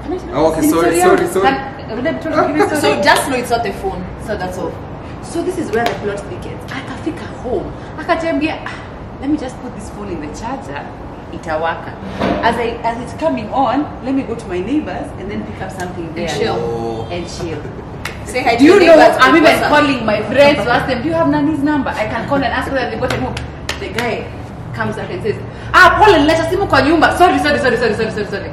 C: Can I tell
A: Oh, okay,
C: this
A: sorry,
C: story
A: sorry,
C: out?
A: sorry.
C: Can- would I be told to give you a story?
B: So just know it's not the phone. So that's all.
C: So this is where the plot thickens. Akafika home, akatembea, "Ah, let me just put this phone in the charger, itawaka. As I as it's coming on, let me go to my neighbors and then pick up something there.
B: chill.
A: Oh.
C: And chill.
B: Say hi to
C: Do you
B: your
C: know
B: neighbors,
C: I'm even
B: because-
C: calling my friends to ask them, do you have Nani's number? I can call and ask whether they got a home. The guy comes back and says, ah, Paul nileta simu kwa nyumba. Sorry, sorry, sorry, sorry, sorry, sorry, sorry.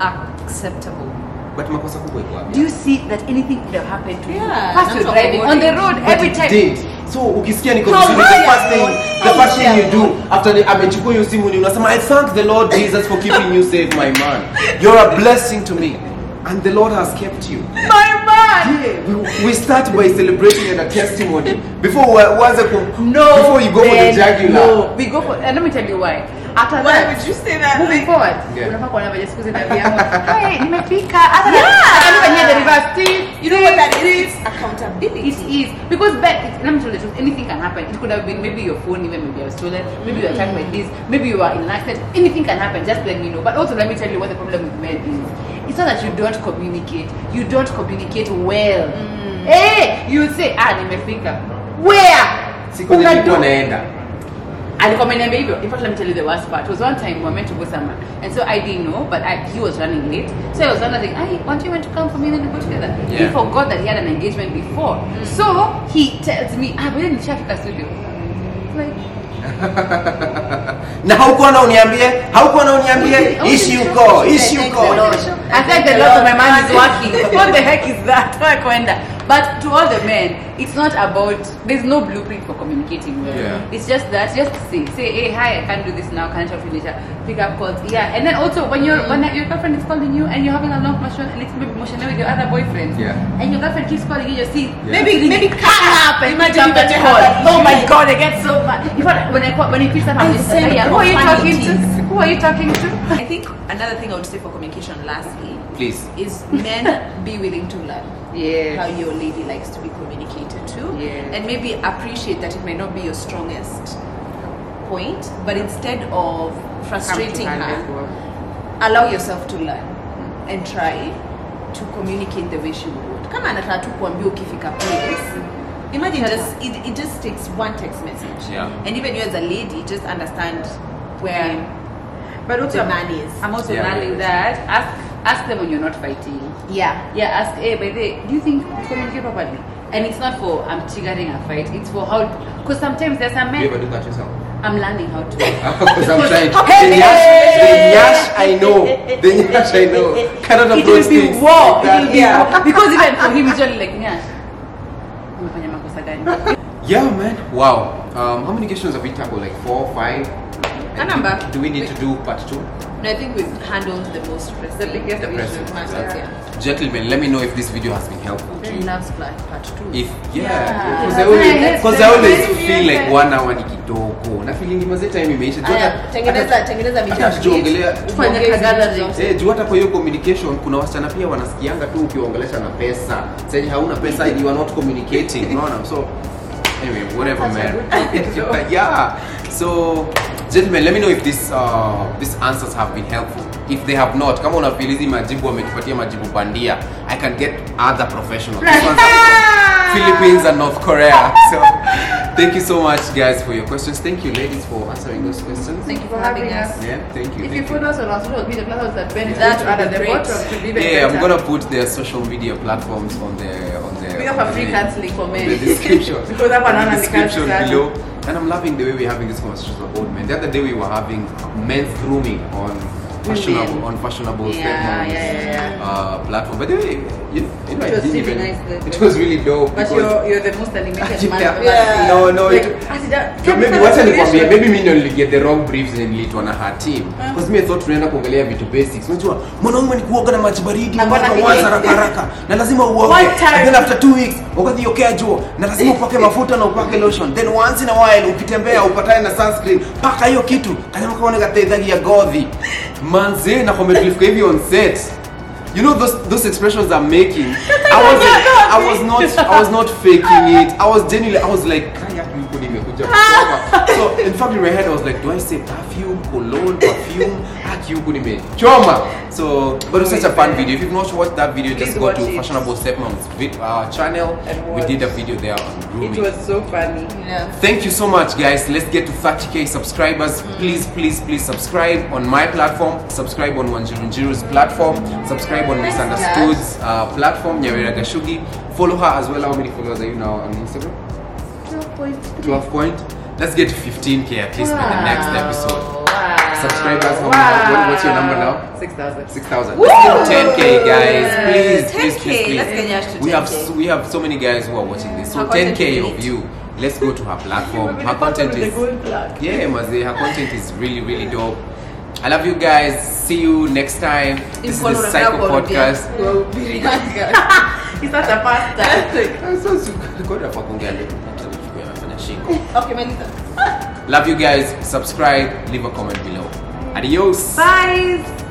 B: Unacceptable.
A: But makosa kubwa iko wapi?
C: Do you see that anything could have happened to you?
B: Yeah,
C: First
B: not
C: you're
B: so
C: driving on the
B: worried.
C: road
A: But
C: every
A: it
C: time.
A: didn't. so ukisikia niko
B: How
A: vizuri, the
B: dare
A: first thing
B: you?
A: the
B: How
A: first thing
B: dare
A: you do after ni- amechukua hiyo simu ni unasema i thank the
C: [LAUGHS]
A: lord jesus for keeping you safe my man you're a blessing to me and the lord has kept you
C: My man!
A: we, we start by celebrating and a testimony before wa- uanze ku
C: No.
A: before you go for the
C: then
A: jugular
C: No, we go for. And let me tell you why. After
B: Why
C: that,
B: would you say that?
C: moving
B: Like-
C: forward,
A: Yeah.
C: unafaa kuona vile
A: [LAUGHS]
C: siku zinavyoamua. Hey, nimefika. Hata na- hata mimi mwenyewe the reverse. Tick,
B: You know what that is?
C: It
B: Accountability.
C: is because back. It, let me tell you the truth. Anything can happen. It could have been maybe your phone, even maybe you were stolen, maybe you were attacked by this, maybe you were in an accident. Anything can happen. Just let me know. But also let me tell you what the problem with men is. It's not that you don't communicate. You don't communicate well.
A: Mm.
C: Hey, you say ah, nimefika. Where?
A: siku yenye
C: Unadu-
A: nilikuwa naenda
C: alikuwa ameniambia hivyo in fact let me tell you the worst part It was one time we were meant to go somewhere and so I didn't know but I, he was running late so I was wondering I want you want to come for me and then we go together
A: Yeah.
C: he forgot that he had an engagement before so he tells me ah wewe nishafika studio like
A: na haukuwa na uniambie haukuwa na uniambie
C: Okay,
A: ishi
C: okay,
A: uko
C: okay,
A: ishi
B: thank
A: uko
B: you, Lord.
C: I thank the Lord that my man is working what the heck is that kwenda but to all the men it's not about there's no blueprint for communicating well
A: Yeah.
C: It's just that, just say, say, hey, hi, I can't do this now, can't help you later. Pick up calls, yeah. And then also when your when your girlfriend is calling you and you're having a long conversation, a little bit emotional with your other boyfriend,
A: Yeah.
C: And your girlfriend keeps calling you, you see,
A: Yeah.
C: maybe maybe come up and pick
B: Imagine
C: up
B: that
C: that
B: you
C: call.
B: have that
C: Oh my god, I get so mad. In fact, when I call, when he picks up, I'm
B: I
C: just
B: send
C: like, yeah, who are you talking to?
B: profanities.
C: Who are you talking to?
B: I think another thing I would say for communication, lastly,
A: please
B: is
C: [LAUGHS]
B: men be willing to learn
C: Yes.
B: how your lady likes to be communicated to,
C: Yes.
B: and maybe appreciate that it may not be your strongest point, but instead of frustrating her, allow yourself to learn and try to communicate the way she would kama anataka tu kuambia ukifika place imagine
C: Tell
B: just it, it just takes one text message
A: Yeah.
B: and even you as a lady just understand where
C: Yeah. But also,
B: the man is
C: I'm also
A: Yeah.
C: learning that ask ask them when you're not fighting.
B: yeah
C: Yeah, ask, hey, by the way, do you think you communicate properly? And it's not for I'm triggering a fight, it's for how
E: Because sometimes there's some
A: You ever
E: men.
A: do that yourself?
E: I'm learning
A: [LAUGHS]
C: [LAUGHS]
E: how to.
A: Because I'm trying.
E: Hey!
A: The nyash, the nyash I know. The nyash I know. Cannot
E: it
A: approach
E: will be
A: things.
E: war.
A: like
E: It will
A: that.
E: be
A: [LAUGHS]
E: war. Because even for him, it's only like nyash. Umefanya makosa
A: [LAUGHS]
E: gani?
A: Yeah, man. Wow. Um, how many questions have we tackled? Like four, five?
B: A number.
A: Do we need to do part two?
B: No, I think we've handled the most pressing.
C: The biggest
B: the
A: pressing,
B: matters,
A: yeah.
B: yeah.
A: Gentlemen, let me know if this video has been helpful to
B: Then
A: you.
B: loves plan part two.
A: If
E: Yeah.
A: yeah, because I
E: Yeah,
A: always,
E: yes,
A: cause I always
E: yes,
A: feel
E: yes.
A: like one hour ni kidogo. Na feeling imaze time imeisha. Juu
B: Aya,
A: hata-
B: Ah, tengeneza tengeneza
A: hata
B: meetup.
A: tusiongelea-
E: Tufanye
B: Tuongee
E: gathering.
B: zote.
A: Eh, juu hata kwa hiyo communication kuna wasichana pia wanasikianga tu ukiwaongelesha na pesa senye hauna pesa you are not communicating unaona so anyway whatever [LAUGHS] man yeah so gentlemen let me know if this uh, these answers have been helpful if they have not kama unafeel hizi majibu wametupatia majibu bandia i can get other professionals These ones are from philippines and north korea so thank you so much guys for your questions thank you ladies for answering those questions
C: Thank you for having us.
A: yeah thank you
C: If
A: thank
C: you follow us on our social media platforms at Ben,
B: That would
C: at
B: be
C: the
B: great.
C: bottom to be even
A: Yeah, I'm
C: better.
A: gonna put their social media platforms on the on the.
C: We have
A: on
C: a free
A: the-
C: counseling for men.
A: The description.
C: [LAUGHS] Because that one
A: the
C: on the
A: description
C: counseling.
A: below. And I'm loving the way we're having this conversation with old men. The other day we were having men's grooming on fashionable on fashionable
C: Yeah,
A: platforms,
C: yeah, yeah, yeah.
A: Uh, platform. By the way, you, you know,
C: It
A: I
C: was
A: didn't
C: really
A: even.
C: nice, the-
A: it was really dope. [LAUGHS]
C: But
A: because-
C: you're, you're the most animated man.
A: [LAUGHS] Yeah.
C: ever.
A: Yeah. No, no,
C: Like,
A: it-
C: as it- can
A: So
C: you
A: maybe
C: have
A: wacha
C: a
A: nikwambie
C: relation?
A: maybe mi ndo niliget the wrong briefs and niliitwa na her team
C: Ah.
A: because mi I thought tunaenda kuongelea vitu basics unajua mwanaume ni kuoga na maji baridi
C: Na
A: unapaka
C: bwana
A: once
C: kike.
A: haraka haraka na lazima uoge
C: One time.
A: And then after two weeks ukathiokea jua na lazima upake mafuta na upake lotion then once in a while ukitembea upatane na sunscreen paka hiyo kitu kanyama kaone kathedhagi ya gothi manze na kometulifika hivi on set You know those those expressions I'm making. [LAUGHS] I was I was not I was not faking it. I was genuinely I was like "Kaya kuliko nimekuja kuchoma." So in fact in my head I was like do I say perfume cologne perfume aki huku nimechoma. So but it's such a fun video. If you've not watched that video just
C: Please
A: go
C: watch
A: to
C: it.
A: fashionable stepmom's vid- uh, channel.
C: And
A: We
C: watch.
A: did a video there on
C: It
A: grooming.
C: was so funny.
B: Yeah.
A: Thank you so much, guys. Let's get to 30k subscribers. Please, please, please subscribe on my platform. Subscribe on Wanjirunjiru's platform. Subscribe on Misunderstood's uh, platform, Nyawera Gashugi. Follow her as well. How many followers are you now on Instagram? 12 point. Let's get to 15k at least in the next episode. Subscribers, how many- what- what's your number now?
C: 6,000.
A: 6,000. Let's get 10k, guys. Please, please,
B: 10K.
A: please, please.
B: Let's get Yash to
A: we have
B: 10K.
A: so, we have so many guys who are watching this. So
B: Her content
A: 10k
B: is
A: of
B: elite.
A: you. Let's go to her platform.
C: With
A: Her
C: the bottom
A: content
C: with the
A: is
C: gold plug.
A: yeah, Mazee, her content is really, really dope. I love you guys. See you next time. This is
B: Mkono
A: the
B: unataka
A: Psycho
B: kurudia.
A: Podcast.
C: He's not a pastor.
B: [LAUGHS] Okay, Melissa.
A: Love you guys. Subscribe. Leave a comment below. Adios.
E: Bye.